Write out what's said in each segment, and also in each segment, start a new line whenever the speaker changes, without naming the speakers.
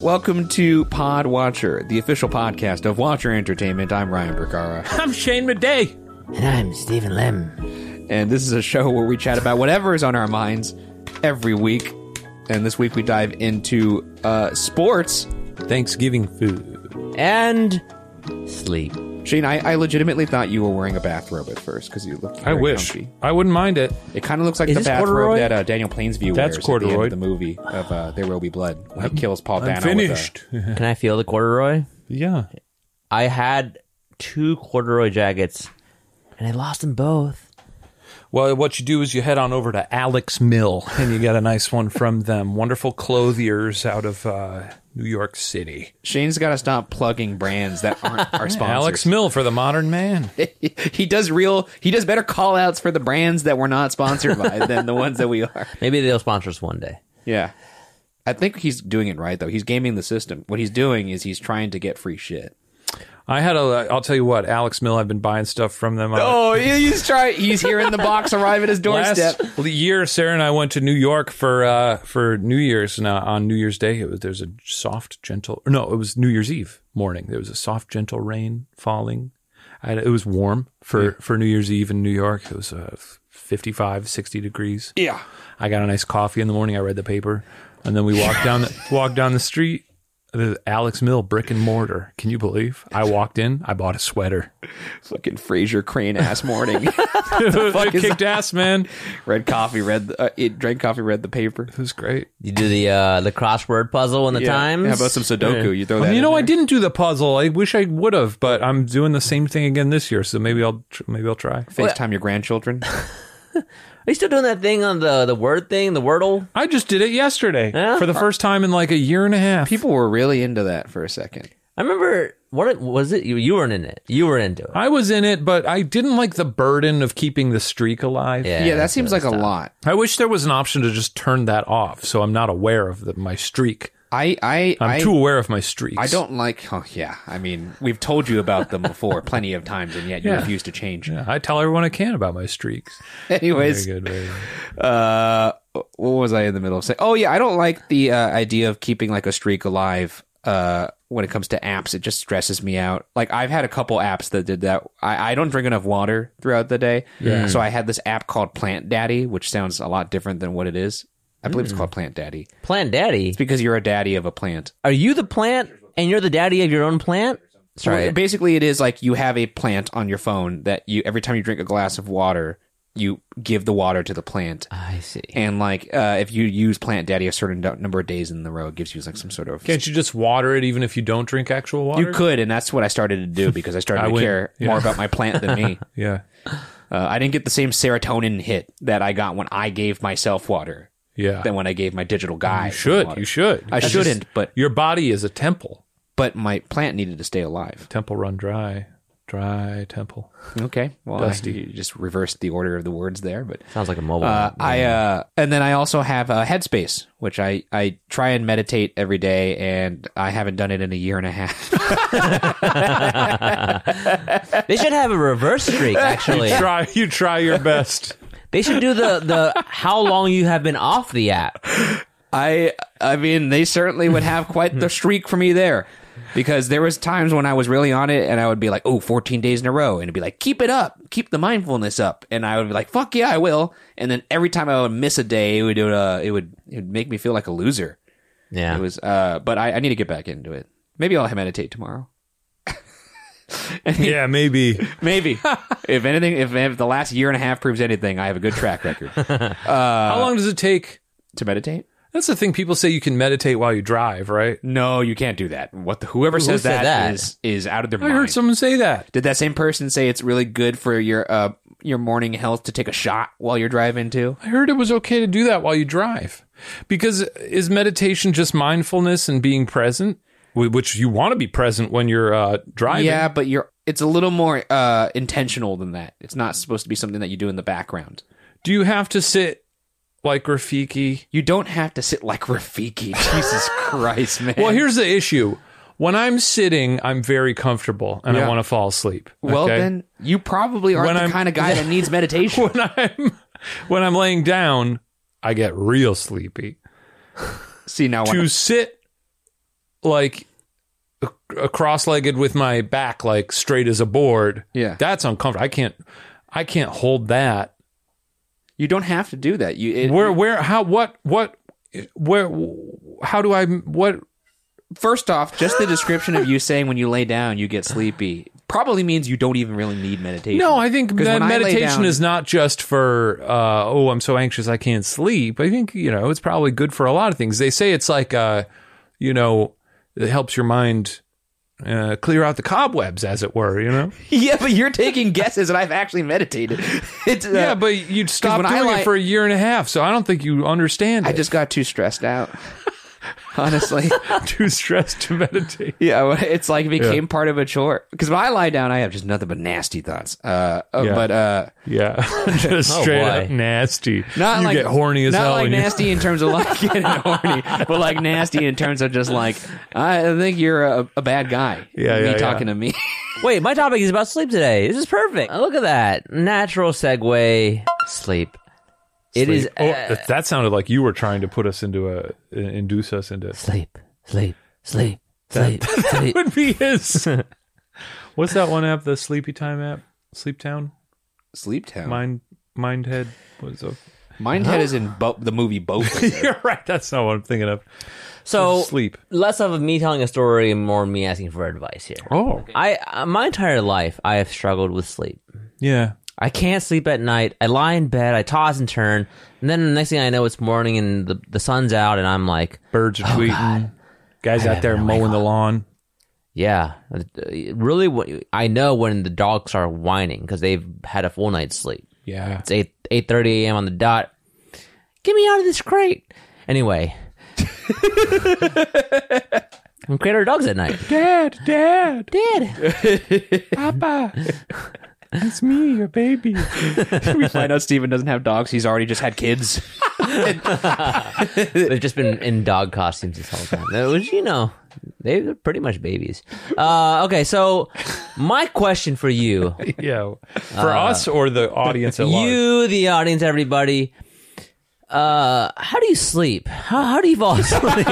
Welcome to Pod Watcher, the official podcast of Watcher Entertainment. I'm Ryan Bercara,
I'm Shane Midday.
And I'm Stephen Lem.
and this is a show where we chat about whatever is on our minds every week. And this week we dive into uh, sports.
Thanksgiving food.
And sleep.
Shane, I, I legitimately thought you were wearing a bathrobe at first because you looked.
I
very
wish.
comfy.
I wouldn't mind it.
It kind of looks like
Is
the
this
bathrobe
corduroy?
that uh, Daniel Plainsview
That's
wears
corduroy.
at the end of the movie of uh, There Will Be Blood when he kills Paul Dano. with a-
Can I feel the corduroy?
yeah.
I had two corduroy jackets and I lost them both.
Well, what you do is you head on over to Alex Mill and you get a nice one from them. Wonderful clothiers out of uh, New York City.
Shane's got to stop plugging brands that aren't our sponsors.
Alex Mill for the modern man.
he does real he does better call outs for the brands that we're not sponsored by than the ones that we are
Maybe they'll sponsor us one day.
yeah i think he's doing it right though he's gaming the system what he's doing is he's trying to get free shit
I had a. I'll tell you what, Alex Mill. I've been buying stuff from them. I-
oh he's trying he's hearing the box arrive at his doorstep
Last year, Sarah and I went to New York for uh, for New Year's, and uh, on New Year's Day, it was there's a soft, gentle. or No, it was New Year's Eve morning. There was a soft, gentle rain falling. I, it was warm for for New Year's Eve in New York. It was uh, 55, 60 degrees.
yeah
I got a nice coffee in the morning. I read the paper, and then we walked down the, walked down the street. The Alex Mill brick and mortar. Can you believe? I walked in. I bought a sweater.
fucking fraser crane ass morning fuck is
kicked ass, man.
read coffee read the- uh, it drank coffee read the paper
It was great.
You do the uh, the crossword puzzle in the
Yeah.
times.
how about some sudoku Oh, you throw that
you
in
know, I
there.
didn't do the puzzle. I wish I would have, but I'm doing the same thing again this year. So maybe I'll tr- maybe I'll try.
FaceTime your grandchildren.
Are you still doing that thing on the the word thing, the wordle?
I just did it yesterday for the first time in like a year and a half.
People were really into that for a second.
I remember what it, was it? You, you weren't in it. You were into it.
I was in it, but I didn't like the burden of keeping the streak alive.
Yeah,
yeah that seems like a lot.
I wish there was an option to just turn that off, so I'm not aware of the, my streak.
I, I,
I'm
I,
too aware of my streaks.
I don't like. Oh yeah, I mean, we've told you about them before plenty of times, and yet you
Yeah.
refuse to change.
Yeah, I tell everyone I can about my streaks. Very
Anyways,
good. Very good.
uh, what was I in the middle of saying? Oh yeah, I don't like the uh, idea of keeping like a streak alive. Uh, when it comes to apps, it just stresses me out. Like I've had a couple apps that did that. I, I don't drink enough water throughout the day, so I had this app called Plant Daddy, which sounds a lot different than what it is. I believe
Hmm.
it's called Plant Daddy.
Plant daddy.
It's because you're a daddy of a plant.
Are you the plant and you're the daddy of your own plant? Sorry.
Well, basically, it is like you have a plant on your phone that you every time you drink a glass of water, you give the water to the plant,
I see.
and like uh, if you use Plant Daddy a certain du- number of days in the row, it gives you like some sort of.
Can't you just water it even if you don't drink actual water?
you could, and that's what I started to do because I started
I
to
wouldn't-
care
yeah.
more about my plant than me.
Yeah.
Uh, I didn't get the same serotonin hit that I got when I gave myself water
Yeah.
than when I gave my digital guy.
You should.
water.
You should.
I
That's
shouldn't,
just-
but-
your body is a temple.
But my plant needed to stay alive.
Temple run dry. Dry temple.
Okay, well, I,
Dusty.
you just reversed the order of the words there, but
Sounds like a mobile.
Uh,
app.
I uh, and then I also have uh, Headspace, which I I try and meditate every day, and I haven't done it in a year and a half.
they should have a reverse streak. Actually,
try. You try your best.
they should do the the how long you have been off the app.
I I mean, they certainly would have quite the streak for me there, because there was times when I was really on it, and I would be like, oh, 14 days in a row, and it'd be like, keep it up, keep the mindfulness up, and I would be like, fuck yeah, I will. And then every time I would miss a day, it would uh, it would it would make me feel like a loser.
Yeah.
It was, uh, but I, I need to get back into it. Maybe I'll meditate tomorrow.
Yeah, maybe.
Maybe. if anything, if, if the last year and a half proves anything, I have a good track record Uh,
How long does it take?
to meditate.
That's the thing. People say you can meditate while you drive, right?
No, you can't do that. What the, whoever says
said
that,
that?
is is out of their
I
mind.
heard someone say that.
Did that same person say it's really good for your uh your morning health to take a shot while you're driving too?
I heard it was okay to do that while you drive. Because is meditation just mindfulness and being present? wh- which you want to be present when you're uh, driving.
Yeah, but you're it's a little more uh, intentional than that. It's not supposed to be something that you do in the background.
Do you have to sit like Rafiki?
You don't have to sit like Rafiki. Jesus Christ, man.
Well, here's the issue. When I'm sitting, I'm very comfortable and I
Yeah.
want to fall asleep.
Well,
okay?
then you probably aren't
When
the
I'm-
kind of guy that needs meditation.
when I'm when I'm laying down, I get real sleepy.
See now,
To
when,
sit like a, a cross-legged with my back like straight as a board,
Yeah.
that's uncomfortable. I can't I can't hold that.
you don't have to do that. You it,
where where how what what where how do I what
first off, just the description of you saying when you lay down you get sleepy probably means you don't even really need meditation.
No, I think
'Cause
that
when I lay
meditation
down-
is not just for uh, oh, I'm so anxious I can't sleep. I think you know it's probably good for a lot of things. They say it's like uh, you know it helps your mind uh, clear out the cobwebs, as it were. You know,
yeah, but you're taking guesses, and I've actually meditated. It's, uh,
yeah. But you'd stop
when I
doing
lie-
it for a year and a half, so I don't think you understand.
I
it.
just got too stressed out. Honestly.
too stressed to meditate.
Yeah, well, it's like became part of a chore. Because when I lie down, I have just nothing but nasty thoughts. Uh, uh,
Yeah.
but uh,
Yeah, just
Oh,
straight
boy.
up nasty.
not
you
like
get horny as
not
hell.
like
when you-
nasty in terms of like getting horny, but like nasty in terms of just like I think you're a, a bad guy.
Yeah,
me
yeah, yeah.
talking to me.
Wait, my topic is about sleep today. This is perfect. Look at that natural segue. Sleep. It is
Oh,
uh,
that- that sounded like you were trying to put us into a induce us into
sleep, sleep, sleep, sleep, sleep.
would be his. What's that one app? The Sleepy Time app? Sleep Town?
Sleep
Oh.
Town.
Mind Mindhead? What's up?
Mindhead is in Bo- the movie Both.
You're right. That's not what I'm thinking of.
So
Sleep.
less of me telling a story and more me asking for advice here.
Oh,
I uh, my entire life I have struggled with sleep.
yeah.
I can't sleep at night. I lie in bed. I toss and turn, and then the next thing I know, it's morning and the the sun's out, and I'm like,
Birds are
Oh,
tweeting. Guys out there mowing the lawn.
yeah, uh, really. wh- I know when the dogs are whining because they've had a full night's sleep.
Yeah.
It's eight eight thirty a.m. on the dot. Get me out of this crate. Anyway, I'm crate our dogs at night.
Dad, Dad,
Dad,
Papa. it's me, your baby.
I know Steven doesn't have dogs. He's already just had kids.
they've just been in dog costumes this whole time. That was, you know, they're pretty much babies. Uh, okay, so my question for you,
yeah. For us or the audience at large?
Uh, you, the audience, everybody. Uh, how do you sleep? How, how do you fall asleep?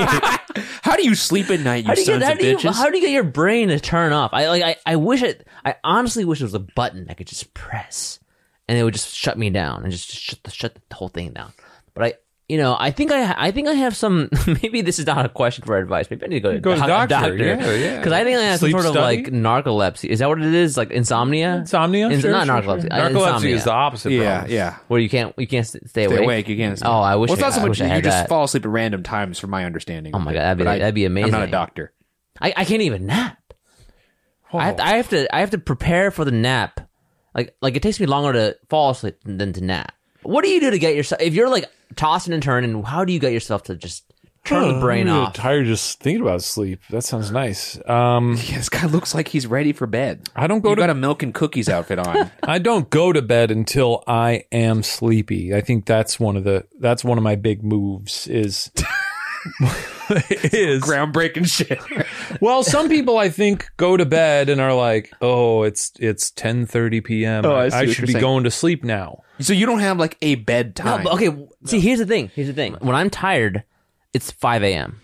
How do you sleep at night, you
How do you
sons
get, how
of
do you,
bitches?
how do you get your brain to turn off? I like I, I wish it I honestly wish there was a button I could just press and it would just shut me down and just, just shut the shut the whole thing down. But I you know, I think I I think I have some maybe this is not a question for advice. Maybe I need to go to,
Go to
doc-
doctor,
doctor.
yeah, yeah.
Cuz I think I have
Sleep
some sort
study?
of like narcolepsy. Is that what it is? Like insomnia?
Insomnia?
Ins-
Sure,
not
sure,
narcolepsy.
sure.
uh,
Narcolepsy
insomnia.
is the opposite.
yeah,
problem.
yeah.
where you can't you can't st- stay awake.
Stay awake. You can't.
Oh, I wish
Well, it's
I-
not so
I
much.
wish I
You
had
just
that.
fall asleep at random times, from my understanding.
Oh my God, that'd be-
But I-
that'd be
I'm not a
amazing.
doctor.
I, I can't even nap. I, have to, I have to I have to prepare for the nap. Like like it takes me longer to fall asleep than to nap. What do you do to get yourself if you're like tossing and turning? How do you get yourself to just turn
Uh,
the brain
I'm really
off?
tired just thinking about sleep. That sounds nice. Um,
Yeah, this guy looks like he's ready for bed.
I don't go
you
to
got a milk and cookies outfit on.
I don't go to bed until I am sleepy. I think that's one of the that's one of my big moves is is
Groundbreaking shit.
well some people I think go to bed and are like, "Oh, it's it's 10:30 p.m.
Oh, I see
I,
what
should
you're
be
saying.
going to sleep now."
so you don't have like a
No,
bedtime.
but okay. w- See, here's the thing. Here's the thing. When I'm tired, it's five a.m.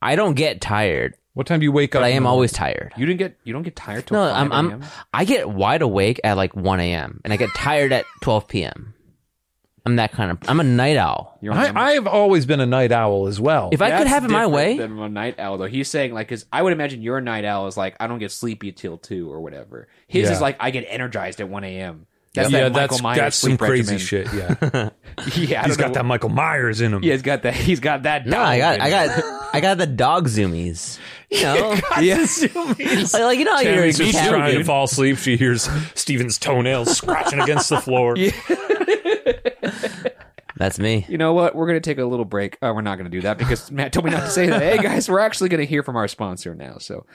I don't get tired,
What time do you wake up?
but I am
in the
always tired.
You didn't get. You don't get tired till
No,
5
I'm, I'm
a.m.?
I get wide awake at like one a.m. and I get tired at twelve p.m. I'm that kind of. I'm a night owl.
You're
morning? I, I have always been a night owl as well.
If I could have it my way,
Than a night owl, though. He's saying like, because I would imagine your night owl is like, I don't get sleepy till two or whatever. His
Yeah.
is like, I get energized at one a.m. That's
yeah,
that Michael
that's
Myers
that's some
sleep
crazy
regimen.
shit. Yeah,
Yeah, I
he's
don't know
got that Michael Myers in him.
Yeah, he's got that. He's got that.
No, I got,
down.
I got, I got the dog zoomies. You know,
Yes.
like, like, you know, how you're
Tammy's just
cat-
trying to fall asleep. She hears Steven's toenails scratching against the floor.
That's me.
You know what? We're going to take a little break. Uh, we're not going to do that because Matt told me not to say that. Hey, guys, we're actually going to hear from our sponsor now. So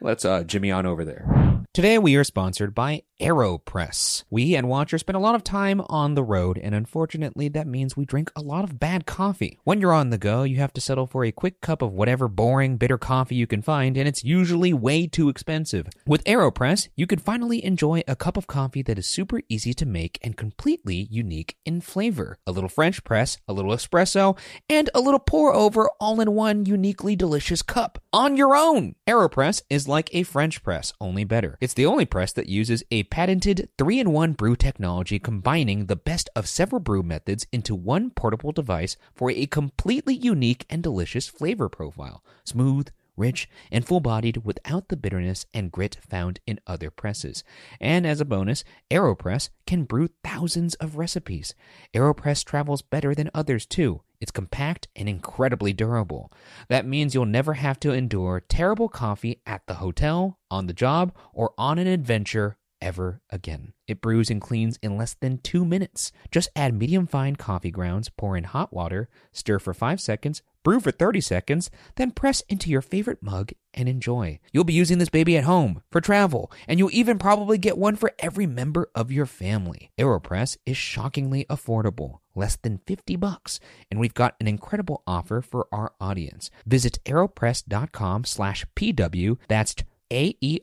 let's uh, Jimmy on over there.
Today, we are sponsored by AeroPress. We and Watcher spend a lot of time on the road, and unfortunately, that means we drink a lot of bad coffee. When you're on the go, you have to settle for a quick cup of whatever boring, bitter coffee you can find, and it's usually way too expensive. With AeroPress, you can finally enjoy a cup of coffee that is super easy to make and completely unique in flavor. A little French press, a little espresso, and a little pour over all in one uniquely delicious cup on your own. AeroPress is like a French press, only better. It's the only press that uses a patented 3 in 1 brew technology, combining the best of several brew methods into one portable device for a completely unique and delicious flavor profile. Smooth, rich, and full bodied without the bitterness and grit found in other presses. And as a bonus, AeroPress can brew thousands of recipes. AeroPress travels better than others, too. It's compact and incredibly durable. That means you'll never have to endure terrible coffee at the hotel, on the job, or on an adventure ever again. It brews and cleans in less than two minutes. Just add medium fine coffee grounds, pour in hot water, stir for five seconds, brew for 30 seconds, then press into your favorite mug and enjoy. You'll be using this baby at home, for travel, and you'll even probably get one for every member of your family. AeroPress is shockingly affordable less than 50 bucks and we've got an incredible offer for our audience visit aeropress.com slash pw that's E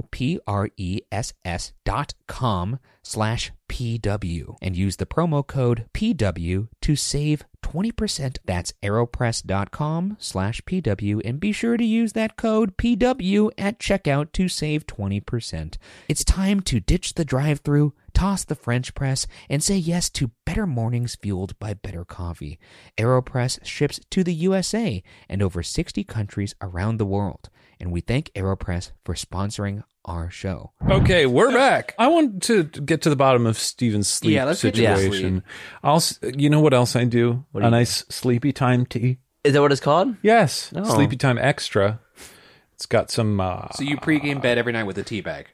a-e-r-o-p-r-e-s-s E dot com slash pw and use the promo code pw to save 20% that's aeropress.com slash pw and be sure to use that code pw at checkout to save 20% it's time to ditch the drive-through toss the French press, and say yes to better mornings fueled by better coffee. AeroPress ships to the USA and over 60 countries around the world. And we thank AeroPress for sponsoring our show.
Okay, we're back. Uh, I want to get to the bottom of Steven's sleep
Yeah, let's get to the
situation. I'll, s- you know what else I do?
do
a
you
nice sleepy time tea.
Is that what it's called?
Yes,
Oh.
sleepy time extra. It's got some. Uh,
So you pregame bed every night with a tea bag.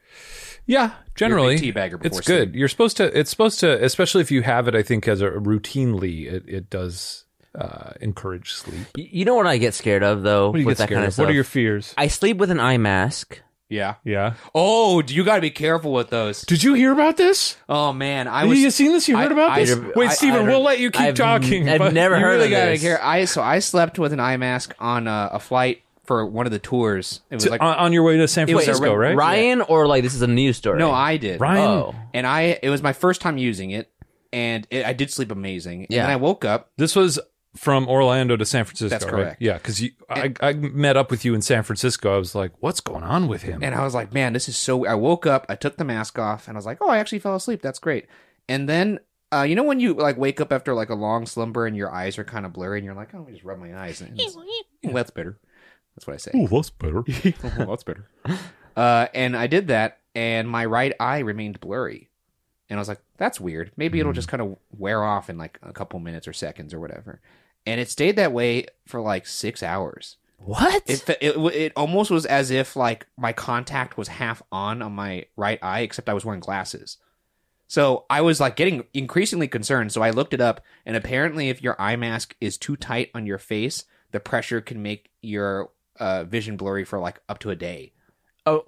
yeah, generally
You're a big teabagger before
It's good. You're supposed to. It's supposed to, especially if you have it. I think as a routinely, it, it does uh, encourage sleep.
Y- You know what I get scared of though
What do you
with
get
that
scared
kind of,
of?
stuff.
What are your fears?
I sleep with an eye mask.
Yeah.
yeah.
Oh, you got to be careful with those.
Did you hear about this?
Oh man, I
Have
was.
you seen this? You heard
I-
about
I-
this?
I-
Wait,
I-
Steven,
I-
we'll let you keep
I've-
talking.
I've
but
never
you
heard
really
of
gotta
this.
care-
Here, I so I slept with an eye mask on uh, a, a flight for one of the tours. It was
To-
like
on, on your way to San
It was a
Francisco,
re-
right?
Ryan or like this is a news story.
no, I did.
Ryan.
Oh.
and I it was my first time using it, and it, I did sleep amazing. And
Yeah.
then I woke up.
This was from Orlando to San Francisco.
That's
right?
correct.
Yeah, because I, I met up with you in San Francisco. I was like, "What's going on with him?"
And I was like, man, this is so. I woke up, I took the mask off, and I was like, oh, I actually fell asleep. That's great. And then, uh, you know, when you like wake up after like a long slumber and your eyes are kind of blurry, and you're like, oh, let me just rub my eyes. And it's- "Well, that's better. That's what I say.
oh, that's better.
"Well, that's better. Uh, and I did that, and my right eye remained blurry. And I was like, that's weird. Maybe it'll just kind of wear off in like a couple minutes or seconds or whatever. And it stayed that way for like six hours.
What?
It, fe- it w- it almost was as if like my contact was half on on my right eye, except I was wearing glasses. So I was like getting increasingly concerned. So I looked it up, and apparently, if your eye mask is too tight on your face, the pressure can make your uh, vision blurry for like up to a day.
oh,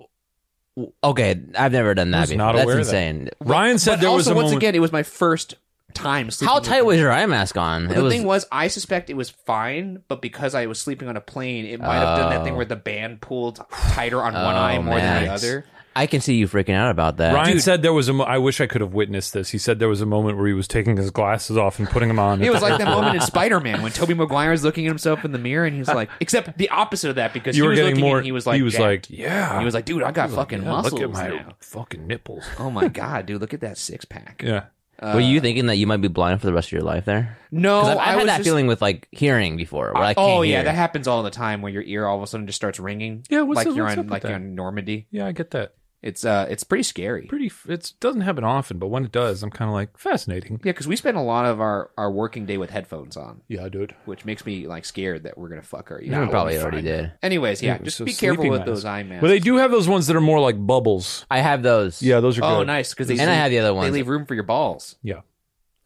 okay. I've never done that
was
before.
not
That's
aware of that.
insane.
Ryan said
But
there
also,
was a
once
moment.
again, it was my first time. sleeping
How
with
tight
them.
was your eye mask on?
But
It
the
was,
thing was, I suspect it was fine, but because I was sleeping on a plane, it might have done that thing
Oh.
where the band pulled tighter on one eye
Oh,
more than the
Max.
other.
I can see you freaking out about that.
Ryan said there was a. Mo- I wish I could have witnessed this. He said there was a moment where he was taking his glasses off and putting them on.
It was like that moment in Spider Man when Toby Maguire is looking at himself in the mirror and he's like, except the opposite of that because
you
he
were
was
getting
looking
more.
and he was like,
he was
jacked.
like, yeah,
he was like, dude, I got fucking
"Oh, yeah,
muscles
Look at my
now.
fucking nipples.
Oh my god, dude, look at that six pack.
Yeah,
Were
uh,
you thinking that you might be blind for the rest of your life there?
No,
Oh,
'Cause I've,
I
I've
was
had that
just-
feeling with like hearing before. Where I, can't
oh yeah,
hear.
that happens all the time where your ear all of a sudden just starts ringing.
Yeah, what's
like
up-
you're
what's up
on
with
like
that?
you're on Normandy.
yeah, I get that.
It's uh, it's pretty scary.
Pretty. f- It doesn't happen often, but when it does, I'm kind of like fascinating.
yeah, because we spend a lot of our our working day with headphones on,
Yeah, dude.
which makes me like scared that we're gonna fuck our ears.
You probably already did.
Anyways, yeah,
Ooh,
just
so
be careful
sleeping
with
mask.
those eye masks.
Well, they do have those ones that are more like bubbles.
I have those.
Yeah, those are
Oh,
good.
nice because they
And I
leave-
have the other
They
ones.
leave room for your balls.
Yeah.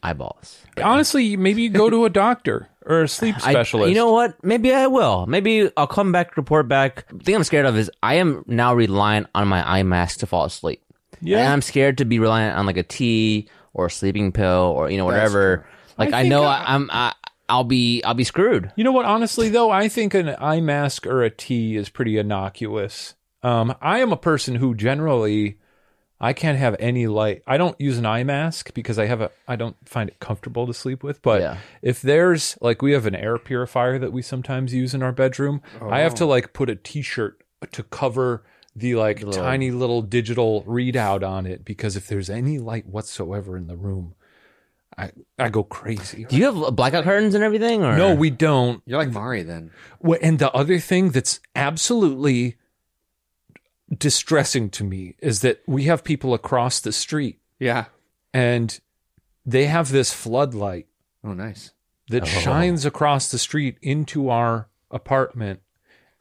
eyeballs.
Honestly, maybe you go to a doctor or a sleep
I-
specialist.
you know what? Maybe I will. Maybe I'll come back, report back. The thing I'm scared of is I am now reliant on my eye mask to fall asleep.
Yeah.
And I'm scared to be reliant on like a tea or a sleeping pill or you know whatever. Like I,
think uh,
know
I-
I, I'm I, I'll be I'll be screwed.
You know what? Honestly, though, I think an eye mask or a tea is pretty innocuous. Um, I am a person who generally I can't have any light. I don't use an eye mask because I have a I don't find it comfortable to sleep with. But
Yeah.
if there's like we have an air purifier that we sometimes use in our bedroom, I have to like put a T-shirt to cover the like tiny little digital readout on it because if there's any light whatsoever in the room, I I go crazy.
Do you have blackout curtains and everything? Or
No, we don't.
You're like Mari then.
Well, and the other thing that's absolutely distressing to me is that we have people across the street
Yeah.
and they have this floodlight
Oh, nice.
that shines across the street into our apartment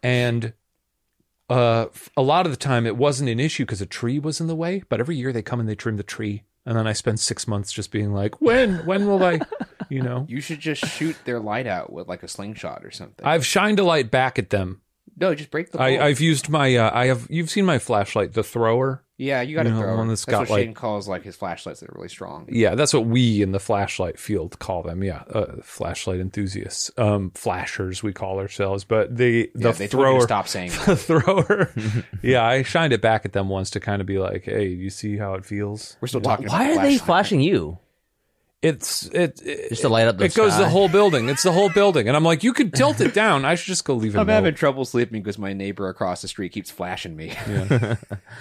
and uh, f- a lot of the time it wasn't an issue because a tree was in the way but every year they come and they trim the tree and then i spend six months just being like when when will i you know
You should just shoot their light out with like a slingshot or something.
i've shined a light back at them
no, just break the.
I,
bulb.
I've used my. Uh, I have. You've seen my flashlight, the thrower.
yeah, you got to
you know,
throw.
one
One
that's
that's
got,
what
like-
Shane calls like his flashlights that are really strong.
Yeah, that's what we in the flashlight field call them. Yeah, uh, flashlight enthusiasts, um, flashers we call ourselves. But the the
yeah, they told me
thrower,
to stop saying.
the thrower. yeah, I shined it back at them once to kind of be like, "Hey, you see how it feels?"
We're still talking.
Why are
about
they
flashlight.
flashing you?
It's it, it
Just to light up the
It goes
sky.
the whole building. It's the whole building, and I'm like, "You could tilt it down." I should just go leave it.
I'm having trouble sleeping because my neighbor across the street keeps flashing me.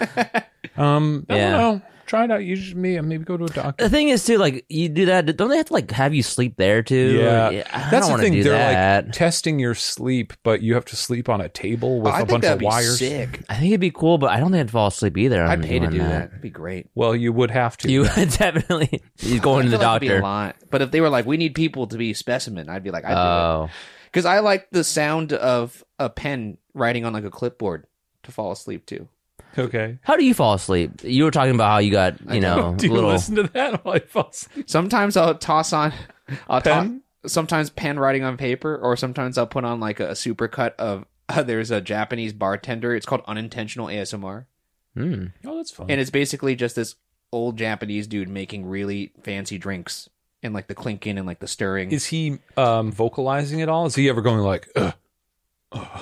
Um, I
Yeah.
don't know. Try it out. Use me, and maybe go to a doctor.
The thing is too, like you do that. Don't they have to like have you sleep there too?
Yeah,
Like, I
that's
don't
the
wanna
thing.
Do
They're
that.
like testing your sleep, but you have to sleep on a table with
Oh, I
a
think
bunch
that'd
of
be
wires.
sick.
I think it'd be cool, but I don't think I'd fall asleep either.
I'd
on
pay to
doing
do that. That'd be great.
Well, you would have to.
You would definitely he's going to
I
the
feel like it'd be a
doctor.
lot. But if they were like, we need people to be specimen, I'd be like, I'd do it.
Oh,
Because I like the sound of a pen writing on like a clipboard to fall asleep to.
okay.
how do you fall asleep? You were talking about how you got you know
Do you
Oh, little.
listen to that while I fall asleep?
Sometimes I'll toss on I'll
Pen?
Toss, sometimes pen writing on paper, or sometimes I'll put on like a, supercut of there's a Japanese bartender. It's called unintentional ASMR,
Hmm.
Oh, that's fun.
and it's basically just this old Japanese dude making really fancy drinks and like the clinking and like the stirring.
Is he um, vocalizing at all? Is he ever going like, Ugh.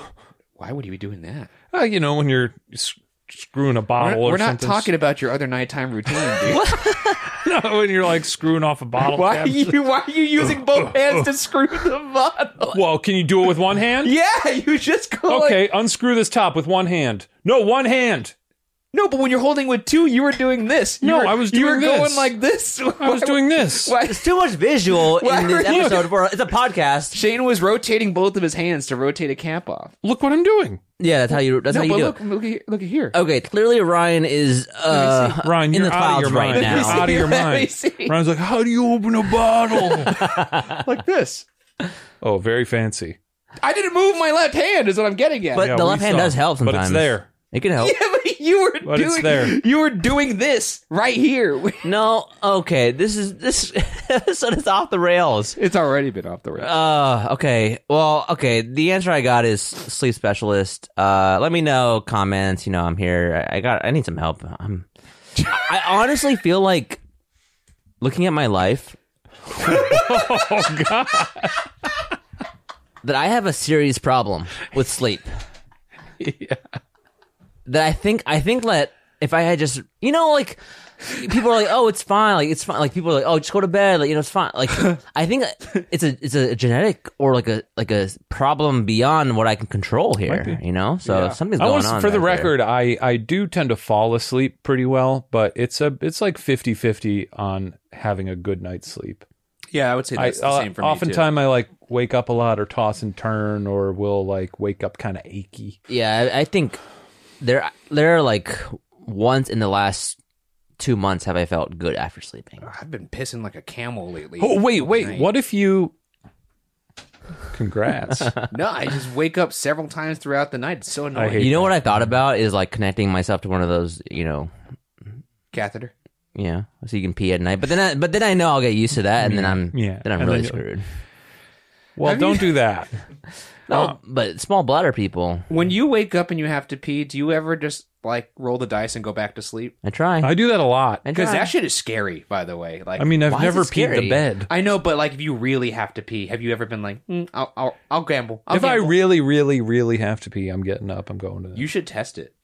Why would he be doing that?
Uh, you know, when you're s- screwing a
We're,
bottle
we're
or
not
something?
talking about your other nighttime routine, dude.
No, when you're like screwing off a bottle.
Why are
cap.
you why are you using both hands to screw the bottle?
Well, can you do it with one hand?
Yeah, you just go like-
Okay, unscrew this top with one hand. No, one hand.
No, but when you're holding with two, you were doing this. You
No,
were-
I was
You were
doing this.
going like this.
I was doing this.
Why?
It's too much visual
Why
in this
are you-
episode. For it's a podcast.
Shane was rotating both of his hands to rotate a cap off.
Look what I'm doing.
Yeah, that's how you. That's
No,
how you
but
do.
look,
it.
look, at- look at here.
Okay, clearly Ryan is uh,
Ryan,
in
you're
the
out of
clouds
your
right
mind. You're
now.
out of your
Let me
mind.
see.
Ryan's like, how do you open a bottle?
Like this.
oh, very fancy.
I didn't move my left hand. Is what I'm getting at.
But
Yeah,
the
we
left hand
saw.
does help sometimes.
But it's there.
It can help.
yeah, but you were
But it's
doing
there.
you were doing this right here.
No, okay. This is this episode is off the rails.
it's already been off the rails.
Uh, okay. Well, okay. The answer I got is sleep specialist. Uh, let me know comments. You know, I'm here. I, I got. I need some help. I'm. I honestly feel like looking at my life. That I have a serious problem with sleep. That I think I think that if I had just you know like people are like, oh, it's fine. Like it's fine. Like people are like, oh, just go to bed. Like you know, it's fine. Like I think it's a it's a genetic or like a like a problem beyond what I can control here. You know, so something's
I
going
was,
on.
for the
back there.
record, I, I do tend to fall asleep pretty well, but it's a it's like 50-50 on having a good night's sleep.
yeah, I uh, would say
I, uh,
that's the same for me
oftentimes I like wake up a lot or toss and turn or will like wake up kind of achy.
yeah, I, I think there there are like once in the last two months have I felt good after sleeping.
too. I've been pissing like a camel lately.
Oh wait, wait.
Night.
What if you? Congrats.
No, I just wake up several times throughout the night. It's so annoying.
hate
You know what I thought about is like connecting myself to one of those you know
catheter.
Yeah, so you can pee at night. But then, I, but then I know I'll get used to that, and then I'm
Yeah.
then I'm
And
really
then you'll-
screwed.
Well, don't do that.
No,
Oh.
but small bladder people,
When you wake up and you have to pee, do you ever just like roll the dice and go back to sleep?
I try.
I do that a lot.
I
Because
try.
that shit is scary, by the way. Like,
I mean, I've
Why is
never
it
peed the
scary?
bed.
I know, but like, if you really have to pee, have you ever been like, "Mm, I'll, I'll, I'll gamble. I'll
if I
gamble."
really, really, really have to pee, I'm getting up. I'm going to. The,
you should test it.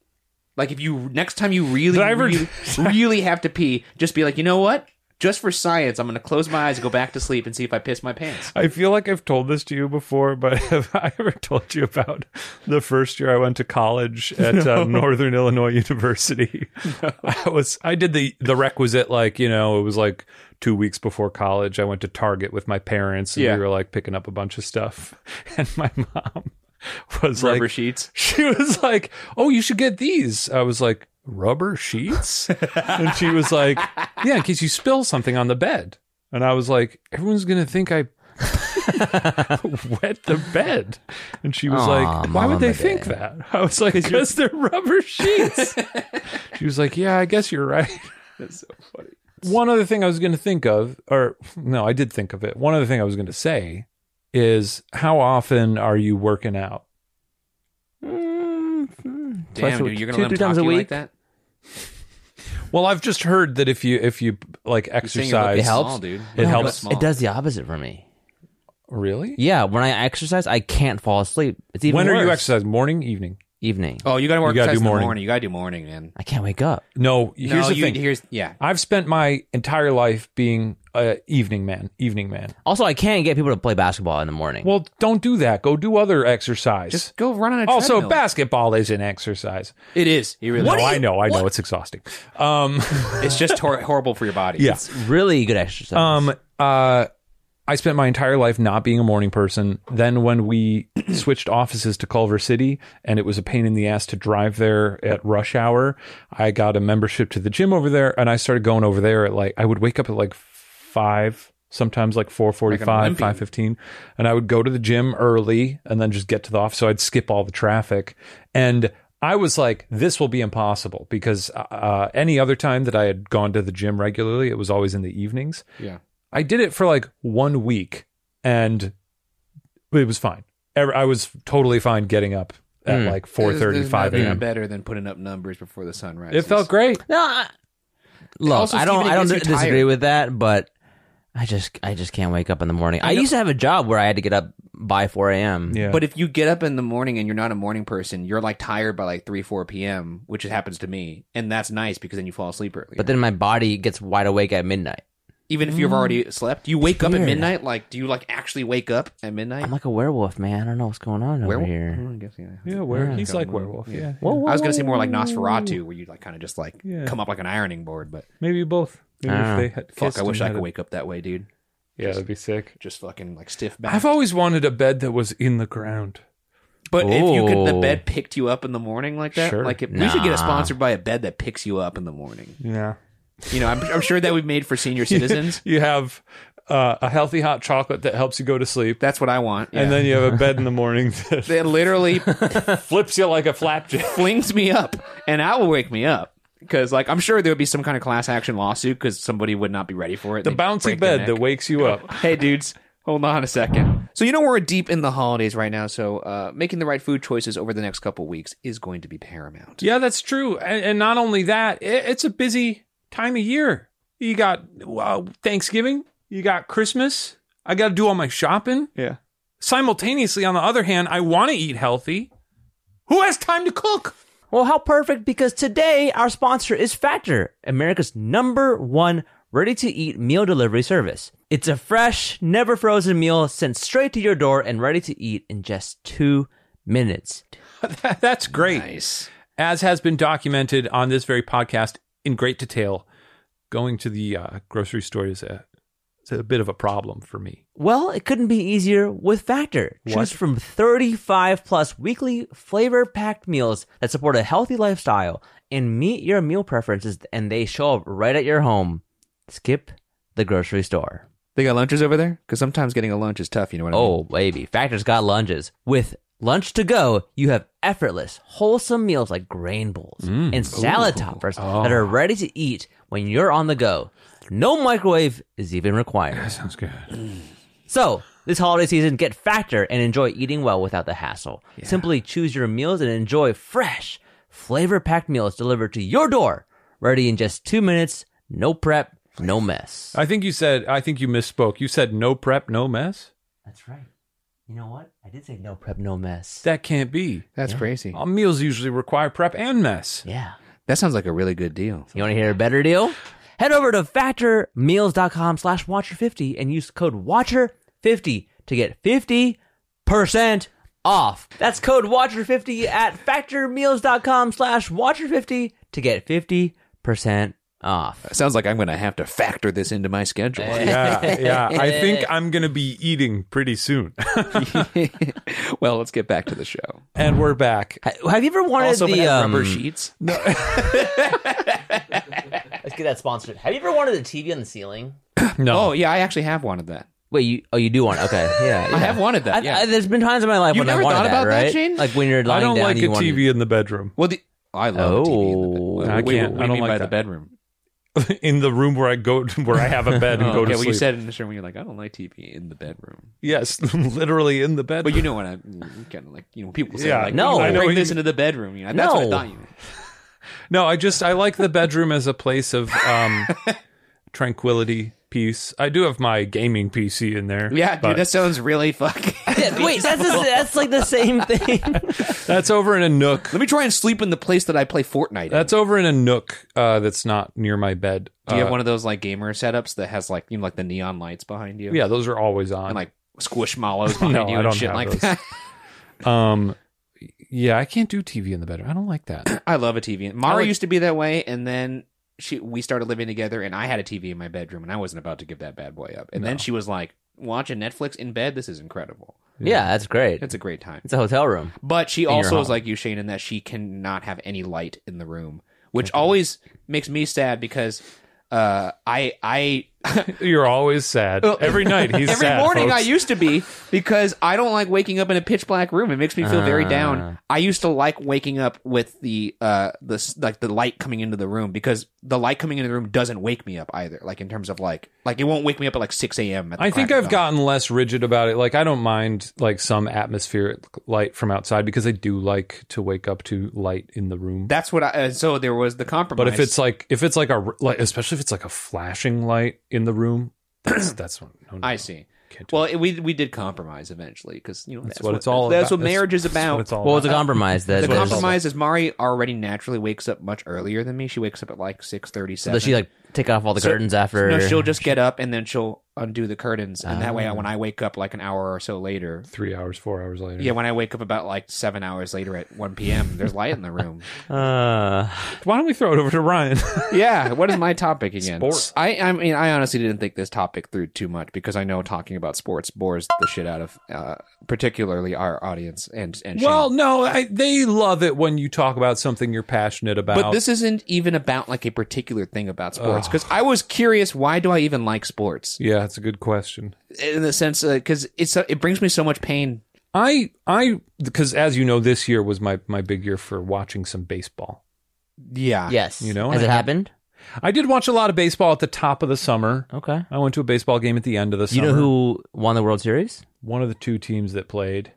Like, if you next time you really,
Did I ever-
really, really have to pee, just be like, you know what? Just for science, I'm going to close my eyes and go back to sleep and see if I piss my pants.
I feel like I've told this to you before, but have I ever told you about the first year I went to college at uh, Northern Illinois University? I was I did the the requisite like you know it was like two weeks before college. I went to Target with my parents and
Yeah.
we were like picking up a bunch of stuff, and my mom was
Rubber
like
sheets.
she was like, "Oh, you should get these." I was like, "Rubber sheets?" and she was like, "Yeah, in case you spill something on the bed." And I was like, "Everyone's going to think I wet the bed." And she was
Aw,
like, "Why would they
Mama
think that?" I was like, "Because they're rubber sheets." she was like, "Yeah, I guess you're right." That's so funny. One other thing I was going to think of, or no, I did think of it. One other thing I was going to say is how often are you working out?
Mm, mm,
Damn,
twice a-
dude, you're going to
two-
let
two
them talk
times
to
a
you
week.
like that?
Well, I've just heard that if you if you like
saying you're really
exercise,
It helps.
small, dude.
It
You're
helps.
really
But
small.
It does the opposite for me.
really.
Yeah, when I exercise, I can't fall asleep. It's even
when are you
worse.
exercising? Morning, evening?
Evening.
Oh, you got to work
You gotta
twice
do
in the
morning.
morning. You got to do morning, man.
I can't wake up.
No. Here's
no,
the
you,
thing.
Here's yeah.
I've spent my entire life being a evening man. Evening man.
Also, I can't get people to play basketball in the morning.
Well, don't do that. Go do other exercise.
Just go run on a
also,
treadmill.
basketball is an exercise.
It is. It really
no,
is.
Oh, I know, I know, it's exhausting. Um,
It's just hor- horrible for your body.
Yeah.
it's really good exercise.
um, uh, I spent my entire life not being a morning person. Then when we switched offices to Culver City and it was a pain in the ass to drive there at rush hour, I got a membership to the gym over there and I started going over there at like I would wake up at like 5 sometimes like 4:45
Olympian.
5:15 and I would go to the gym early and then just get to the office so I'd skip all the traffic and I was like this will be impossible because uh, any other time that I had gone to the gym regularly it was always in the evenings
Yeah.
I did it for like one week and it was fine. Ever- I was totally fine getting up at
Hmm.
Mm.
like 4.30, 5 a.m.
Better than putting up numbers before the sun
It
rises.
felt great.
no, I, look,
Also,
I don't,
Steven, it
I don't
gets you
disagree
tired.
with that, but I just, I just can't wake up in the morning. I, used to have a job where I had to get up by four a.m.
Yeah.
But if you get up in the morning and you're not a morning person, you're like tired by like three, four p.m., which it happens to me, and that's nice because then you fall asleep early.
but then my body gets wide awake at midnight.
even if you've already slept, you wake up at
Weird.
midnight. Like, do you like actually wake up at midnight?
I'm like a werewolf, man. I don't know what's going on over
Werewolf?
here.
Oh, I guess, yeah.
yeah, where,
Yeah.
he's like werewolf. Yeah.
I was gonna say more like Nosferatu, where you like kind of just like come up like an ironing board. But
Maybe both. Maybe
I don't
if they had
Ah. fuck,
kissed
I wish
and
I
had
could
a-
wake up that way, dude.
Yeah, that'd be sick.
Just fucking like stiff back.
I've always wanted a bed that was in the ground.
But if you could, the
Ooh.
bed picked you up in the morning like that.
Sure.
Like if, we should get
Nah.
a sponsored by a bed that picks you up in the morning.
Yeah.
You know, I'm, I'm sure that we've made for senior citizens.
You have uh, a healthy hot chocolate that helps you go to sleep.
That's what I want.
And then you have a bed in the morning that
it literally
flips you like a flapjack.
flings me up, and that will wake me up. Because like I'm sure there would be some kind of class action lawsuit because somebody would not be ready for it.
The
They'd
bouncy
break their
bed
neck.
that wakes you up.
hey dudes hold on a second so you know we're deep in the holidays right now so uh, making the right food choices over the next couple weeks is going to be paramount
Yeah, that's true. And, and not only that, it, it's a busy time of year. You got uh, Thanksgiving, you got Christmas. I got to do all my shopping.
yeah
Simultaneously, on the other hand, I want to eat healthy. Who has time to cook?
Well, how perfect because today our sponsor is Factor, America's number one ready to eat meal delivery service. It's a fresh, never frozen meal sent straight to your door and ready to eat in just two minutes.
that's great.
nice
As has been documented on this very podcast in great detail, going to the uh, grocery store is a, it's a bit of a problem for me.
Well, it couldn't be easier with Factor. Choose from 35 plus weekly flavor packed meals that support a healthy lifestyle and meet your meal preferences, and they show up right at your home. Skip the grocery store.
they got lunches over there because sometimes getting a lunch is tough you know what i mean
Oh, baby. Factor's got lunges with Lunch to go, you have effortless, wholesome meals like grain bowls and salad toppers that are ready to eat when you're on the go. No microwave is even required.
That sounds good.
So, this holiday season, get Factor and enjoy eating well without the hassle. Simply choose your meals and enjoy fresh, flavor packed meals delivered to your door, ready in just two minutes, no prep, no mess.
I think you said. I think you misspoke. You said no prep, no mess.
That's right. You know what? I did say no prep, no mess.
That can't be.
That's crazy.
All meals usually require prep and mess.
yeah.
That sounds like a really good deal.
You want to hear a better deal? Head over to factormeals.com slash watcher50 and use code watcher50 to get 50% off. That's code watcher50 at factormeals.com slash watcher50 to get 50% off.
Sounds like I'm going to have to factor this into my schedule.
Yeah, yeah. I think I'm going to be eating pretty soon.
well, let's get back to the show.
and we're back.
Ha- Have you ever wanted
Also,
the um,
rubber sheets.
Let's get that sponsored. Have you ever wanted a TV on the ceiling?
No. Oh, yeah, I actually have wanted that.
Wait, you? Oh, you do want? Okay, yeah.
I have wanted that.
I,
yeah.
I, there's been times in my life
You've
when I
never
wanted
thought about that,
right?
Shane?
Like when you're
I
lying
don't
down,
like a
you want
TV in the bedroom.
well, the, I love TV. In the
Oh.
bed.
I
Wait,
can't-
What do
I
you
don't
mean
like
by the
that.
bedroom?
in the room where I go, where I have a bed and
Oh,
go
okay,
to
well,
sleep.
you said it in the show when you're like, I don't like TV in the bedroom.
yes, literally in the bed.
But you know what I kind of like. You know, people say
Yeah,
like,
no.
"You
I
know,
know
bring
what
this
you-
into the bedroom. You know, that's what I
No.
thought you. meant.
No, I just I like the bedroom as a place of um, tranquility, peace. I do have my gaming PC in there.
Yeah,
but
dude, that sounds really fucking.
Yeah, wait, that's the- that's like the same thing.
that's over in a nook.
Let me try and sleep in the place that I play Fortnite. in.
That's over in a nook uh, that's not near my bed.
Do you
Uh,
have one of those like gamer setups that has like you know like the neon lights behind you?
Yeah, those are always on.
and like squishmallows behind
No,
you
I
and
don't
shit
have
like
those.
that.
um, yeah, I can't do TV in the bedroom. I don't like that.
I love a TV. Mara
I like-
used to be that way, and then she we started living together, and I had a TV in my bedroom, and I wasn't about to give that bad boy up. And then she was like, "Watching Netflix in bed, this is incredible.
Yeah, that's great.
It's a great time."
It's a hotel room.
But she also
home.
is like you, Shane, in that she cannot have any light in the room, which always makes me sad because uh, I I
You're always sad every night. He's
every
sad,
morning I
folks.
used to be because I don't like waking up in a pitch black room. It makes me feel very
Ah.
down. I used to like waking up with the uh the s- like the light coming into the room because the light coming into the room doesn't wake me up either. Like in terms of like like it won't wake me up at like six a.m. at the
I think
crack of
I've
dawn.
gotten less rigid about it. Like I don't mind like some atmospheric light from outside because I do like to wake up to light in the room.
That's what I. And so there was the compromise.
But if it's like if it's like a r- like especially if it's like a flashing light in the room, that's that's what no, no,
I see.
Can't do
Well, it, we we did compromise eventually because you know that's,
what it's all
That's
about.
what marriage is
That's- that's
about.
what it's all
What was the
about.
compromise? That
the
was-
compromise is Mari already naturally wakes up much earlier than me. She wakes up at like six thirty seven.
Does she like take off all the
So-
curtains after?
No, she'll just get up and then she'll undo the curtains, and that way, uh, when I wake up like an hour or so later,
Three hours, four hours later.
yeah, when I wake up about like seven hours later at one p.m., there's light in the room.
Uh,
Why don't we throw it over to Ryan?
yeah, what is my topic again?
Sports.
I, I mean, I honestly didn't think this topic through too much because I know talking about sports bores the shit out of uh, particularly our audience and and Shane.
well, no, I, they love it when you talk about something you're passionate about.
But this isn't even about like a particular thing about sports because I was curious why do I even like sports
yeah, it's a good question.
in the sense because it's it brings me so much pain.
I I because as you know, this year was my my big year for watching some baseball.
Yeah,
yes.
You know,
has
I-
it happened?
I did watch a lot of baseball at the top of the summer.
Okay.
I went to a baseball game at the end of the
Do you
summer.
know who won the World Series?
One of the two teams that played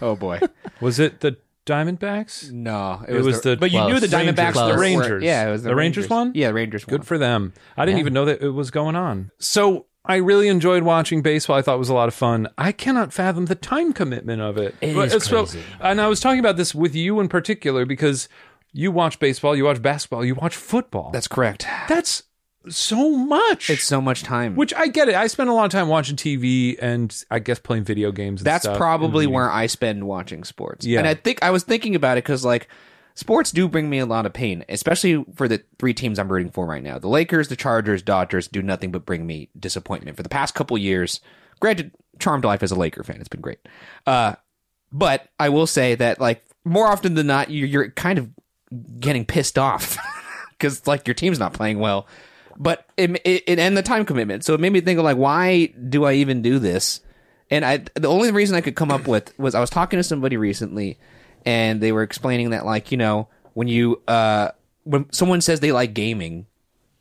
Oh boy.
was it the Diamondbacks.
No,
It was the-
but you knew the
Close.
Diamondbacks,
Rangers.
were-
The
Rangers.
Yeah, it was the,
The Rangers won?
Yeah, the Rangers won.
Good for them. I didn't even know that it was going on. So I really enjoyed watching baseball. I thought it was a lot of fun. I cannot fathom the time commitment of it.
It
But
is
it's- well,
crazy.
And I was talking about this with you in particular because you watch baseball, you watch basketball, you watch football.
That's correct.
that's so much.
It's so much time.
which I get it. I spend a lot of time watching TV and I guess playing video games. And
that's
stuff and
probably
reading.
where I spend watching sports.
Mm-hmm. Yeah.
and I think I was thinking about it because like sports do bring me a lot of pain, especially for the three teams I'm rooting for right now: the Lakers, the Chargers, Dodgers. Do nothing but bring me disappointment for the past couple years. Granted, charmed life as a Laker fan, it's been great. Uh, but I will say that like more often than not, you're, you're kind of getting pissed off because like your team's not playing well. But it, it, it and the time commitment, so it made me think of like, why do I even do this? And I, the only reason I could come up with was I was talking to somebody recently, and they were explaining that like you know when you uh when someone says they like gaming,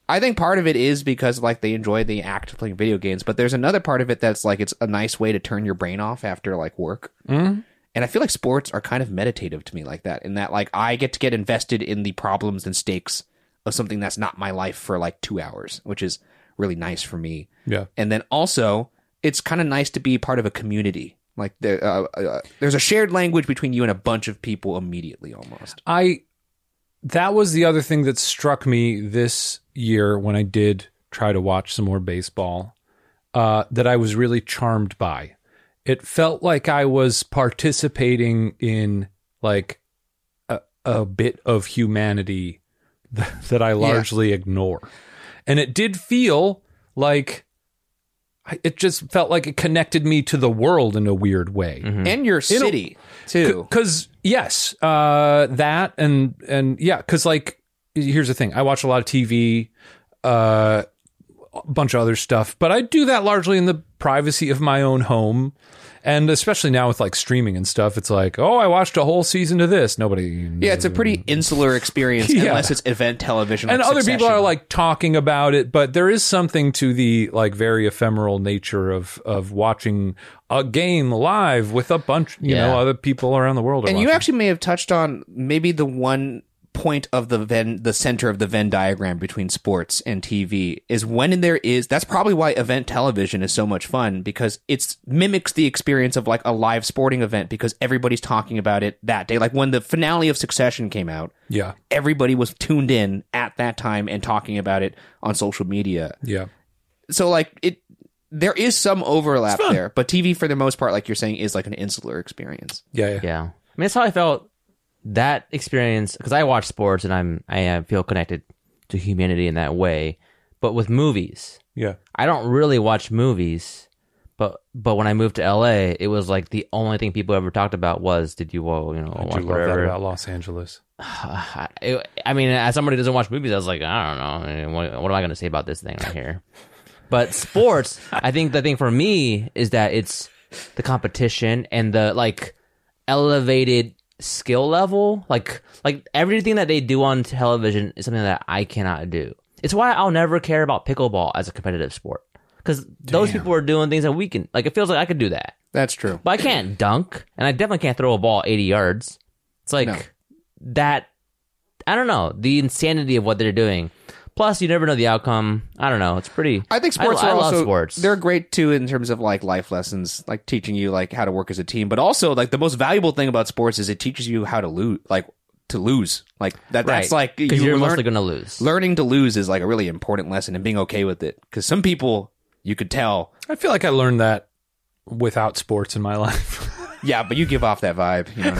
I think part of it is because like they enjoy the act of playing video games, but there's another part of it that's like it's a nice way to turn your brain off after like work. Mm. And I feel like sports are kind of meditative to me like that, in that like I get to get invested in the problems and stakes of something that's not my life for like two hours, which is really nice for me.
Yeah.
And then also, it's kind of nice to be part of a community. Like there, uh, uh, there's a shared language between you and a bunch of people immediately, almost.
I that was the other thing that struck me this year when I did try to watch some more baseball uh, that I was really charmed by. It felt like I was participating in like a, a bit of humanity th- that I largely ignore, and it did feel like I- it just felt like it connected me to the world in a weird way
And your city too.
because yes uh that and and yeah because like here's the thing i watch a lot of tv uh a bunch of other stuff but i do that largely in the privacy of my own home and especially now with like streaming and stuff it's like oh i watched a whole season of this nobody
yeah, it's a pretty insular experience
Yeah.
unless it's event television. like
and other people
Succession.
are like talking about it but there is something to the like very ephemeral nature of of watching a game live with a bunch you
Yeah.
know other people around the world are
and you
watching.
actually may have touched on maybe the one point of the Venn, the center of the Venn diagram between sports and TV is when there is. That's probably why event television is so much fun because it's mimics the experience of like a live sporting event because everybody's talking about it that day. Like when the finale of Succession came out,
yeah
everybody was tuned in at that time and talking about it on social media.
yeah
so like it there is some overlap there but tv for the most part like you're saying is like an insular experience
Yeah, yeah.
Yeah, I mean that's how I felt that experience because I watch sports and I'm I uh, feel connected to humanity in that way. But with movies,
Yeah.
I don't really watch movies. But but when I moved to LA, it was like the only thing people ever talked about was did you whoa you know
I
watch
do love that
whatever.
about Los Angeles.
I, I mean, as somebody who doesn't watch movies, I was like, I don't know. I mean, What, what am I going to say about this thing right here? But sports, I think the thing for me is that it's the competition and the like elevated skill level. Like, like everything that they do on television is something that I cannot do. It's why I'll never care about pickleball as a competitive sport because those people are doing things that we can. Like, it feels like I could do that,
that's true
but I can't dunk, and I definitely can't throw a ball eighty yards. It's like
No.
that. I don't know the insanity of what they're doing. Plus, you never know the outcome. I don't know. It's pretty.
i think sports
I,
are
I
also
love sports.
they're great too in terms of like life lessons like teaching you like how to work as a team but also like the most valuable thing about sports is it teaches you how to lose like to lose like that that's like
because
you
you're
learn-
mostly going to lose.
learning to lose is like a really important lesson and being okay with it because some people you could tell
I feel like I learned that without sports in my life.
yeah but you give off that vibe you know what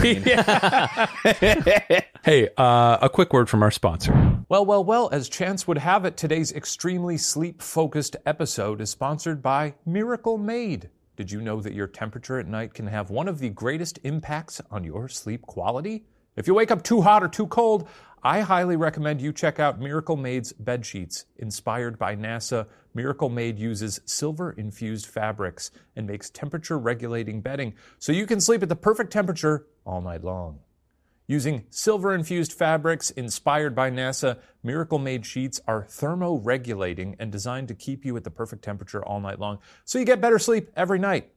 i mean
hey, uh, a quick word from our sponsor.
Well, well, well, as chance would have it, today's extremely sleep focused episode is sponsored by Miracle Made. Did you know that your temperature at night can have one of the greatest impacts on your sleep quality? If you wake up too hot or too cold, I highly recommend you check out Miracle Made's bed sheets. Inspired by NASA, Miracle Made uses silver infused fabrics and makes temperature regulating bedding so you can sleep at the perfect temperature all night long. Using silver infused fabrics inspired by NASA, Miracle Made sheets are thermoregulating and designed to keep you at the perfect temperature all night long so you get better sleep every night.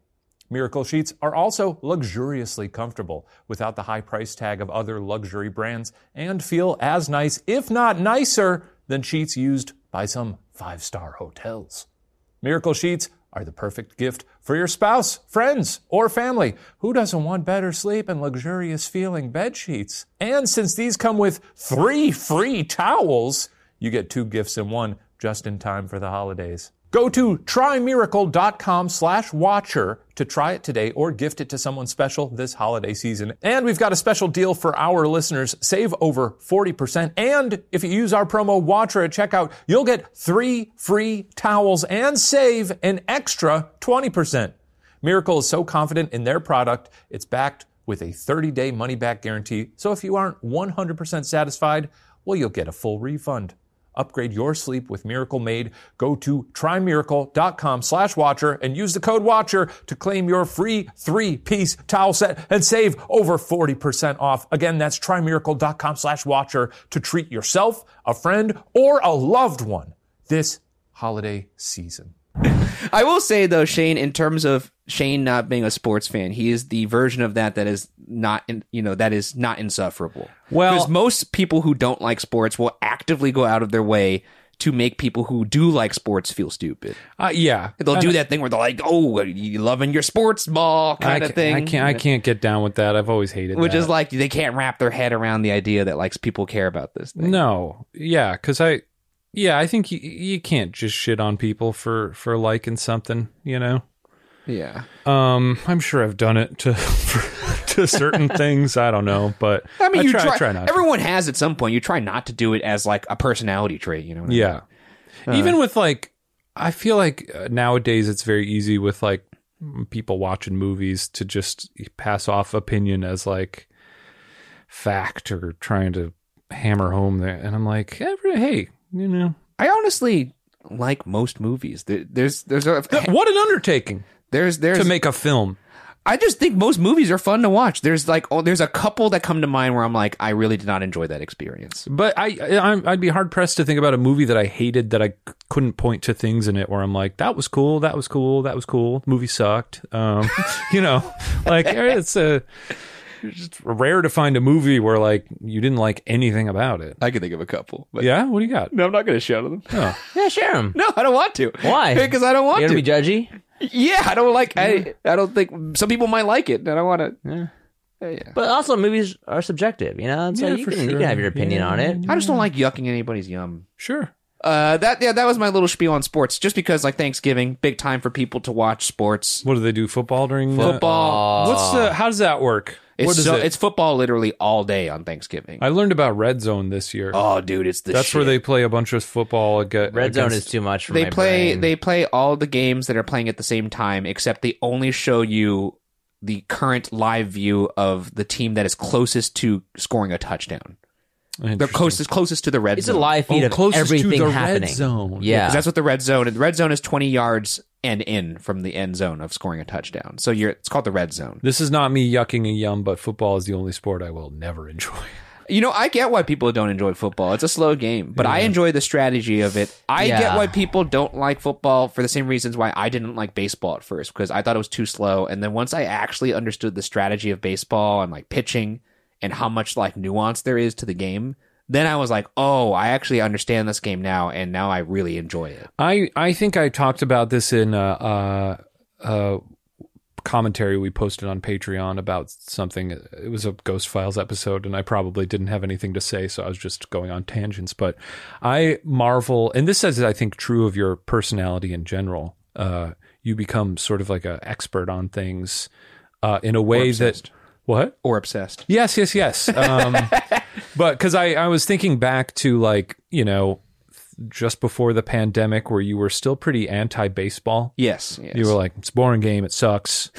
Miracle sheets are also luxuriously comfortable without the high price tag of other luxury brands and feel as nice, if not nicer, than sheets used by some five star hotels. Miracle sheets are the perfect gift for your spouse, friends, or family. Who doesn't want better sleep and luxurious feeling bed sheets? And since these come with three free towels, you get two gifts in one just in time for the holidays. Go to trymiracle.com slash watcher to try it today or gift it to someone special this holiday season. And we've got a special deal for our listeners. Save over 40%. And if you use our promo watcher at checkout, you'll get three free towels and save an extra 20%. Miracle is so confident in their product, it's backed with a 30-day money-back guarantee. So if you aren't 100% satisfied, well, you'll get a full refund. Upgrade your sleep with Miracle Made. Go to trymiracle.com slash watcher and use the code watcher to claim your free three-piece towel set and save over 40% off. Again, that's trymiracle.com slash watcher to treat yourself, a friend, or a loved one this holiday season.
I will say though, Shane, in terms of Shane not being a sports fan, he is the version of that that is not, in, you know, that is not insufferable.
Well-
because most people who don't like sports will actively go out of their way to make people who do like sports feel stupid.
Uh, yeah,
They'll do that thing where they're like, "Oh, you loving your sports ball"
I
kind of
ca-
thing.
I can't. I can't get down with that. I've always hated
which
that.
is like they can't wrap their head around the idea that like people care about this thing.
No, yeah, because I, yeah, I think you, you can't just shit on people for for liking something, you know.
Yeah.
Um, I'm sure I've done it to for, to certain things. I don't know, but
I mean, you
try,
try,
I try not. to.
Everyone has at some point. You try not to do it as like a personality trait. You know. What I mean?
Yeah. Even with like, I feel like uh, nowadays it's very easy with like m- people watching movies to just pass off opinion as like fact or trying to hammer home there. And I'm like, eh, hey, you know,
I honestly like most movies. There, there's there's a,
what an undertaking
there's there's
to make a film.
I just think most movies are fun to watch. There's like oh, there's a couple that come to mind where I'm like I really did not enjoy that experience.
But I, I- I'm, I'd be hard pressed to think about a movie that I hated that I c- couldn't point to things in it where I'm like, that was cool, that was cool, that was cool. Movie sucked. Um, you know, like it's a it's just rare to find a movie where like you didn't like anything about it.
I can think of a couple. But
Yeah, what do you got?
No, I'm not going to shout at them.
Yeah, share them.
No, I don't want to.
Why?
Because I don't want
You're
to.
gonna be judgy.
yeah, I don't like. I, I don't think some people might like it, and I want to.
But also, movies are subjective, you know. So
Yeah,
you,
for
can, you
sure.
can have your opinion
Yeah.
on it.
I just don't like yucking anybody's yum.
Sure.
Uh, that yeah, that was my little spiel on sports. Just because like Thanksgiving, big time for people to watch sports,
What do they do? Football during the-
football.
What's the? How does that work? what
It's
is
so,
it?
it's football literally all day on Thanksgiving.
I learned about Red Zone this year.
oh, dude, it's the
That's where
shit.
they play a bunch of football. Aga-
Red zone is
against-
too much for
they
my
play
brain.
they play all the games that are playing at the same time, except they only show you the current live view of the team that is closest to scoring a touchdown. They're closest closest to the red
It's a
zone.
live feed
Oh,
of
closest to
everything
the red
happening.
zone.
Yeah.
'Cause that's what the red zone. The red zone is twenty yards and in from the end zone of scoring a touchdown. So you're it's called the red zone.
This is not me yucking a yum, but football is the only sport I will never enjoy.
You know, I get why people don't enjoy football. It's a slow game, but I enjoy the strategy of it. I
Yeah.
get why people don't like football for the same reasons why I didn't like baseball at first because I thought it was too slow. And then once I actually understood the strategy of baseball and like pitching and how much like nuance there is to the game, then I was like, oh, I actually understand this game now, and now I really enjoy it.
I I think I talked about this in a, uh uh commentary we posted on Patreon about something. It was a Ghost Files episode, and I probably didn't have anything to say, so I was just going on tangents. But I marvel, and this is I think true of your personality in general. Uh, you become sort of like an expert on things uh, in a way that
obsessed.
what
Or obsessed.
Yes, yes, yes. Um, but because I, I was thinking back to like, you know, just before the pandemic where you were still pretty anti baseball.
Yes. yes.
You were like, it's a boring game. It sucks.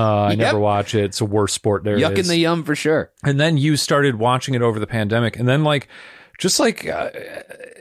I never watch it. It's a worse sport. There it
yucking
is.
the yum for sure.
and then you started watching it over the pandemic. And then like, just like uh,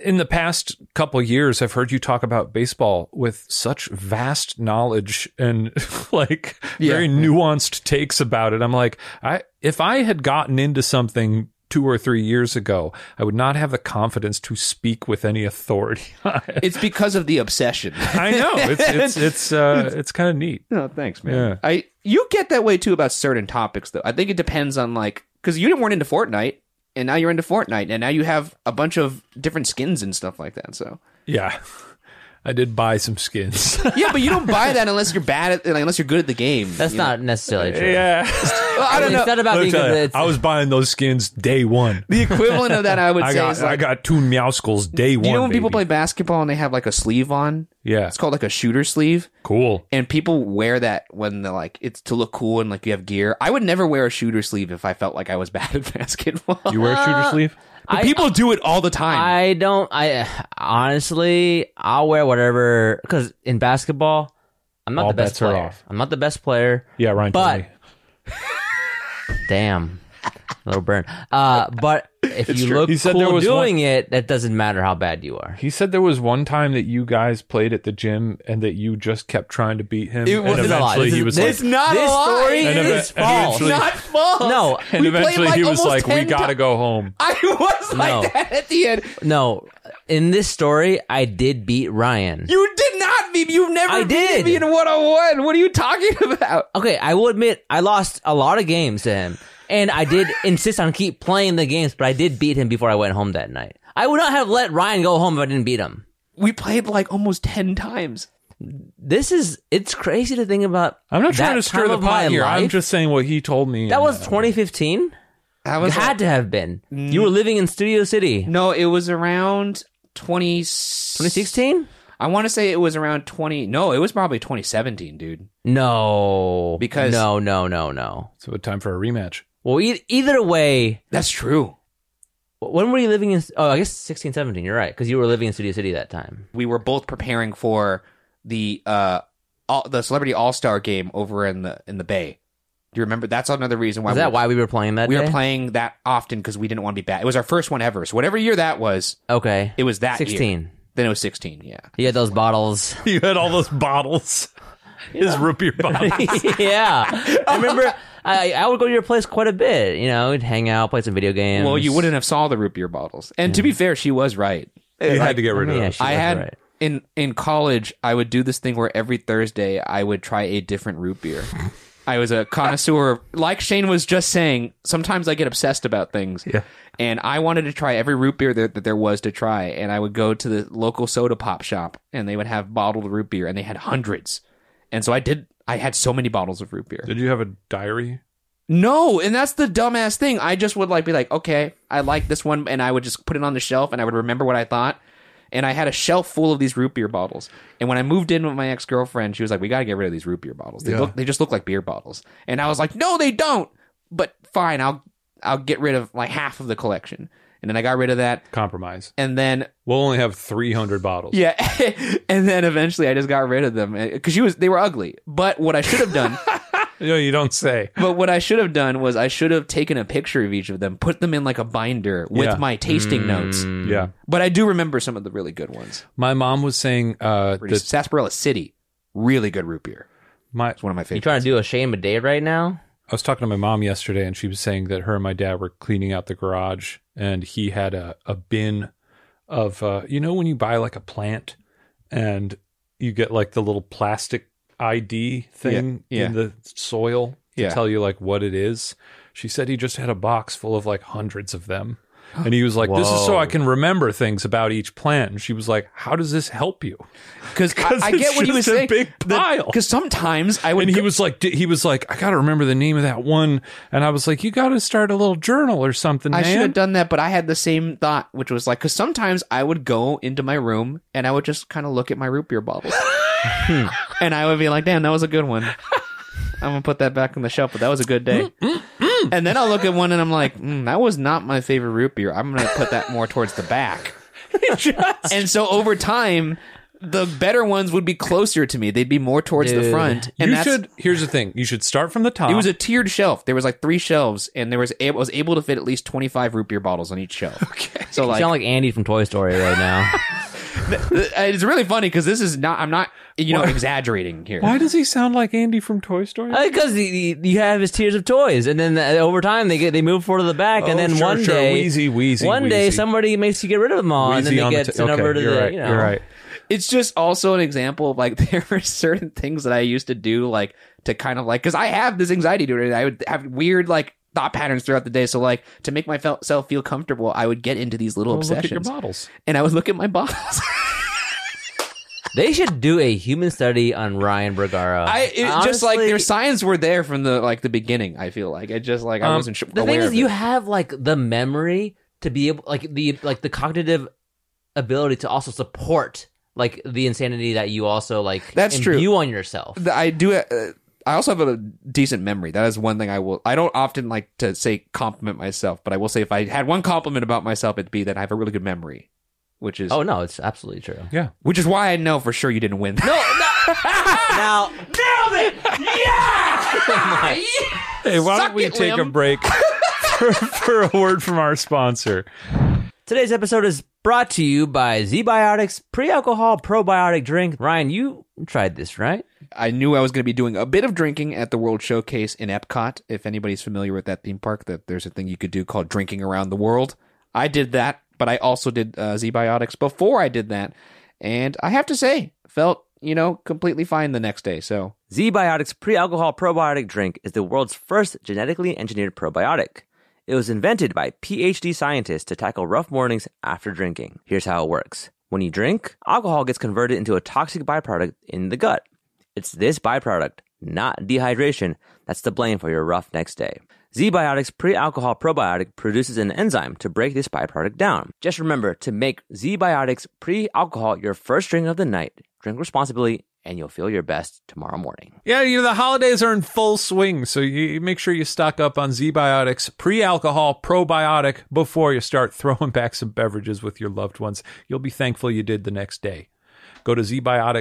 in the past couple years, I've heard you talk about baseball with such vast knowledge and like very nuanced takes about it. I'm like, I if I had gotten into something two or three years ago, I would not have the confidence to speak with any authority. on it.
It's because of the obsession.
I know it's it's it's uh, it's kind of neat.
No, Oh, thanks, man. I you get that way too about certain topics though. I think it depends on like because you weren't into Fortnite and now you're into Fortnite and now you have a bunch of different skins and stuff like that. So
Yeah, I did buy some skins.
yeah, but you don't buy that unless you're bad at like, unless you're good at the game.
That's
you
not necessarily true.
yeah.
know? Well, I don't
it's
know.
not about
Let me
being
tell
good.
you,
It's,
I was buying those skins day one.
The equivalent of that I would
I
say
got
is
I
like
got two meowskulls day one.
you know when people
baby.
play basketball and they have like a sleeve on.
Yeah,
It's called like a shooter sleeve,
cool.
and people wear that when they're like it's to look cool and like you have gear. I would never wear a shooter sleeve if I felt like I was bad at basketball.
You wear a shooter sleeve?
But people do it all the time.
I don't. I honestly, I'll wear whatever because in basketball, I'm not
All
the best
bets are
player.
off.
I'm not the best player.
Yeah, Ryan.
But
told me.
damn, a little burn. Uh, but if you
true.
look
He said
cool
there was
doing it, that doesn't matter how bad you are.
He said there was one time that you guys played at the gym and that you just kept trying to beat him. and
wasn't a lie.
eventually
This
he
is-
was
this
like,
not
a
this
lie.
story
And eve-
is
and
false.
eventually-
Not false.
No,
and
We played,
eventually
like,
he was
almost
like, we
10
got to go home.
I was like
No.
that at the end.
no. In this story, I did beat Ryan.
You did not beat me. You never
I
beat
did.
me in one on one. What are you talking about?
Okay, I will admit I lost a lot of games to him, and I did insist on keep playing the games, but I did beat him before I went home that night. I would not have let Ryan go home if I didn't beat him.
We played like almost ten times.
This is it's crazy to think about.
I'm not
that
trying to stir
time
the
of my
pot here. I'm
life.
just saying what he told me.
that
and,
was
uh,
2015.
That was Mm.
had to have been. You were living in Studio City.
no, it was around 20
2016?
I want to say it was around 20. No, it was probably 2017, dude.
No.
Because-
No, no, no, no.
so time for a rematch.
Well, e- either way,
That's true.
when were you living in? Oh, I guess 16, 17. You're right. Because you were living in Studio City that time.
We were both preparing for the uh all, the Celebrity All-Star game over in the in the Bay. Do you remember? That's another reason why
Is
we
that
were,
why we were playing that
we
day?
were playing that often cuz we didn't want to be bad. It was our first one ever. So whatever year that was,
Okay.
it was that year.
16.
Then it was 16, yeah.
You had those bottles.
You had all those bottles. His root beer bottles.
yeah. I remember I, I would go to your place quite a bit. You know, we'd hang out, play some video games.
Well, you wouldn't have saw the root beer bottles. And to be fair, she was right.
you had to get rid of
Yeah,
it.
she
I
was
had
right.
in in college, I would do this thing where every Thursday I would try a different root beer. I was a connoisseur. of- Like Shane was just saying, sometimes I get obsessed about things. Yeah. And I wanted to try every root beer that, that there was to try. And I would go to the local soda pop shop and they would have bottled root beer and they had hundreds. And so I did, I had so many bottles of root beer.
Did you have a diary?
No, and that's the dumbass thing. I just would like be like, okay, I like this one, and I would just put it on the shelf, and I would remember what I thought. And I had a shelf full of these root beer bottles. And when I moved in with my ex girlfriend, she was like, "We got to get rid of these root beer bottles. They look, they just look like beer bottles." And I was like, "No, they don't." But fine, I'll I'll get rid of like half of the collection. And then I got rid of that.
Compromise.
And then
We'll only have 300 bottles.
yeah, and then eventually I just got rid of them because she was they were ugly. But what I should have done.
No, you don't say.
But what I should have done was I should have taken a picture of each of them, put them in like a binder with
Yeah. Mm.
my tasting notes.
Yeah.
But I do remember some of the really good ones.
My mom was saying uh,
Pretty-
that
Sarsaparilla City, really good root beer.
my
It's one of my
You
favorites.
trying to do a shame a day right now?
I was talking to my mom yesterday, and she was saying that her and my dad were cleaning out the garage, and he had a, a bin of, uh, you know, when you buy like a plant and you get like the little plastic ID thing
Yeah, yeah.
in the soil to
Yeah.
tell you like what it is. She said he just had a box full of like hundreds of them. And he was like, This is so I can remember things about each plant. And she was like, How does this help you?
Because I,
'Cause
I get
it's
what he
just
was
a
saying.
big pile.
Because sometimes I would.
and he
go-
was like, di- he was like, I gotta remember the name of that one. And I was like, you gotta start a little journal or something,
I should
man.
have done that, but I had the same thought, which was like, because sometimes I would go into my room and I would just kind of look at my root beer bottles, and I would be like, "Damn, that was a good one. I'm gonna put that back on the shelf, but that was a good day." and then I'll look at one and I'm like, mm, "That was not my favorite root beer. I'm gonna put that more towards the back." and so over time, the better ones would be closer to me. They'd be more towards the
Dude.
front, and
you
that's
should. Here's the thing: you should start from the top.
it was a tiered shelf. There was like three shelves, and there was I was able to fit at least twenty five root beer bottles on each shelf. Okay, so
You
like,
sound like Andy from Toy Story right now.
it's really funny because this is not I'm not you know exaggerating here.
Why does he sound like Andy from Toy Story?
Because you have his tiers of toys, and then uh, over time they get they move forward to the back,
Oh,
and then
sure,
one
sure.
day,
Wheezy, wheezy,
one day
wheezy.
somebody makes you get rid of them all, and then
Wheezy
they
on the
get
t-
sent
okay,
over to
you're
the
right,
you know.
You're right.
It's just also an example of like there were certain things that I used to do like to kind of like because I have this anxiety disorder. I would have weird like thought patterns throughout the day. So like to make myself feel comfortable, I would get into these little
Well, look at your
obsessions,
bottles.
and I would look at my bottles.
They should do a human study on Ryan Bergara.
I it, just like
Honestly,
their signs were there from the like the beginning. I feel like I just like I wasn't sure.
Um, The thing is, you have like the memory to be able, like the like the cognitive ability to also support like the insanity that you also like.
That's true.
You on yourself.
The- I do. Uh, I also have a decent memory. That is one thing I will. I don't often like to say compliment myself, but I will say if I had one compliment about myself, it'd be that I have a really good memory, which is
Oh no, it's absolutely true.
Yeah.
which is why I know for sure you didn't win. No,
Now,
Hey, why don't we
it,
take a
Liam.
break for, for a word from our sponsor.
Today's episode is brought to you by ZBiotics pre-alcohol probiotic drink. Ryan, you tried this, right?
I knew I was going to be doing a bit of drinking at the World Showcase in Epcot. If anybody's familiar with that theme park, that there's a thing you could do called drinking around the world. I did that, but I also did uh, Z-Biotics before I did that, and I have to say, felt you know completely fine the next day. So
ZBiotics pre-alcohol probiotic drink is the world's first genetically engineered probiotic. It was invented by PhD scientists to tackle rough mornings after drinking. Here's how it works. When you drink, alcohol gets converted into a toxic byproduct in the gut. It's this byproduct, not dehydration, that's to blame for your rough next day. ZBiotics pre-alcohol probiotic produces an enzyme to break this byproduct down. Just remember to make ZBiotics pre-alcohol your first drink of the night. Drink responsibly and you'll feel your best tomorrow morning.
Yeah, you know, the holidays are in full swing, so you you make sure you stock up on ZBiotics, pre alcohol, probiotic, before you start throwing back some beverages with your loved ones. You'll be thankful you did the next day. Go to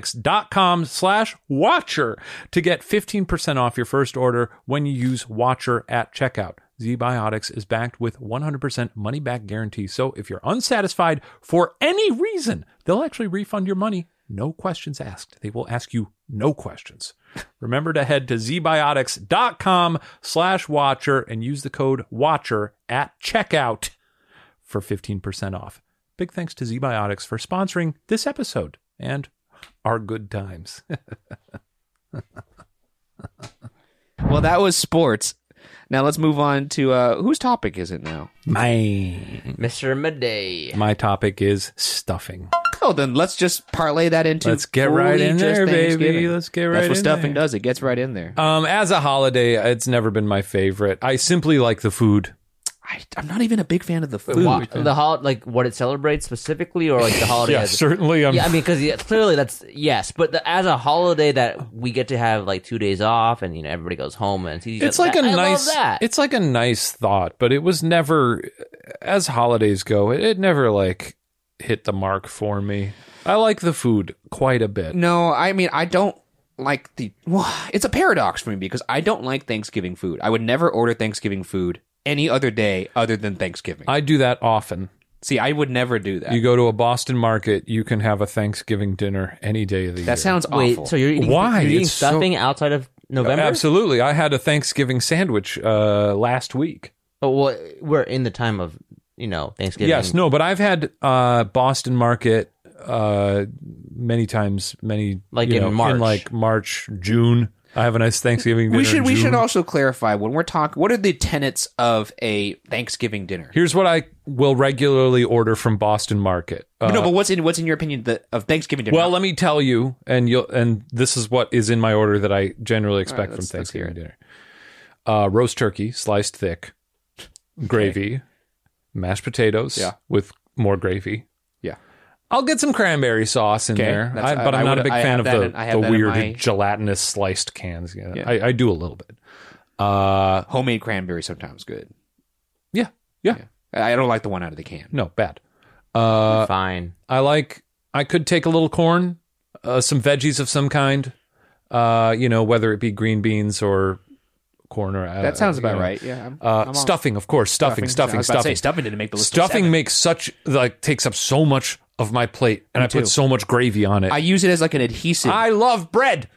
zbiotics.com slash watcher to get 15% off your first order when you use watcher at checkout. ZBiotics is backed with 100% money back guarantee. So if you're unsatisfied for any reason, they'll actually refund your money. No questions asked. They will ask you no questions. Remember to head to zbiotics.com slash watcher and use the code watcher at checkout for 15% off. Big thanks to ZBiotics for sponsoring this episode and our good times.
well, that was sports. Now let's move on to uh, whose topic is it now?
My
Mr. Midday.
my topic is stuffing.
Oh, then let's just parlay that into.
Let's get
fully
right
just
in there, baby.
Thanksgiving.
Let's get right
That's what
in
stuffing
there.
does. It gets right in there.
Um, as a holiday, it's never been my favorite. I simply like the food.
I, I'm not even a big fan of the food.
Wa- the hol- like what it celebrates specifically, or like the holiday?
Yeah,
as a-
certainly. I'm
yeah, I mean, because clearly that's yes, but the, as a holiday that we get to have like two days off, and you know everybody goes home, and sees each
it's
other.
like a
I- I love
nice
that.
it's like a nice thought but it was never as holidays go it, it never like hit the mark for me i like the food quite a bit
No, I mean I don't like the. Well, it's a paradox for me because I don't like Thanksgiving food. I would never order Thanksgiving food any other day other than Thanksgiving.
i do that often
See, I would never do that.
Uh, you go to a boston market you can have a thanksgiving dinner any day of the year
that sounds
Wait,
awful.
so you're eating,
Why?
You're eating
It's so-
stuffing outside of November?
absolutely i had a thanksgiving sandwich uh last week
But what, we're in the time of you know Thanksgiving.
Yes, no, but I've had uh, Boston Market uh, many times, many
Like
you
in
know,
March.
like March, June. I have a nice Thanksgiving dinner.
we should
in
we
June.
should also clarify when we're talking. What are the tenets of a Thanksgiving dinner?
Here's what I will regularly order from Boston Market. Uh,
no, but what's in what's in your opinion the, of Thanksgiving dinner?
well, let me tell you, and you'll, and this is what is in my order that I generally expect from
let's- let's hear
Thanksgiving dinner: uh, roast turkey, sliced thick, gravy, mashed potatoes
Yeah.
with more gravy.
Yeah.
I'll get some cranberry sauce in
Okay,
there,
that's-
I, but
I-
I'm
I
not
would-
a big
I
fan
have
of
that
the,
in- I have
the
that in
weird
my-
gelatinous sliced cans. Yeah,
Yeah.
I, I do a little bit. Uh,
homemade cranberry sometimes good.
yeah, yeah,
I I don't like the one out of the can.
no, bad. Uh,
fine.
I like. I could take a little corn, uh, some veggies of some kind. Uh, you know, whether it be green beans or corn or uh,
That sounds
you
about
know.
right. Yeah, I'm,
Uh,
I'm all-
stuffing, of course, stuffing,
I
stuffing,
was about to say,
stuffing.
stuffing didn't make the list. of
Stuffing
seven.
makes such like takes up so much of my plate, and I
too.
put so much gravy on it.
I use it as like an adhesive.
I love bread.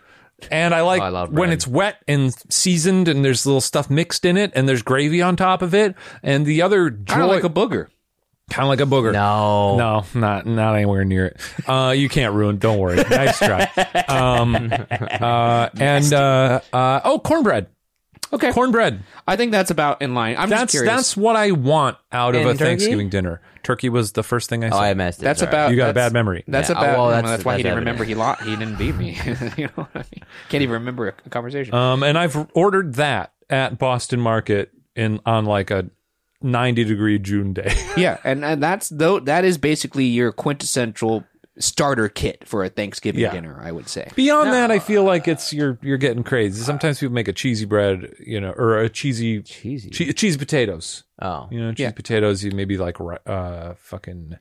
And I
Oh,
like
I love
when
bread.
it's wet and seasoned, and there's little stuff mixed in it, and there's gravy on top of it. And the other joy,
kind of like a booger.
kind of like a booger.
No,
No, not not anywhere near it. Uh, you can't ruin. Don't worry. Nice try. Um, uh, and uh, uh, oh, cornbread.
Okay.
cornbread.
I think that's about in line. I'm just
That's
curious.
that's what I want out of
And
a
turkey?
Thanksgiving dinner. Turkey was the first thing I
oh, I
said.
messed it.
that's
sorry.
about
You got a
that's-
bad memory.
That's
Yeah,
about.
well,
well,
that's-
that's, why
that's
he didn't
evident.
remember. He lost. He didn't beat me. you know what I mean? Can't even remember a conversation.
um, and I've ordered that at Boston Market in on like a ninety degree June day.
yeah, and, and that's though that is basically your quintessential starter kit for a Thanksgiving
Yeah.
dinner. I would say.
Beyond that, I feel like it's you're you're getting crazy. Sometimes people make a cheesy bread, you know, or a cheesy
Cheesy?
che- cheese potatoes.
Oh,
You know, cheese potatoes. You maybe like ri- uh, fucking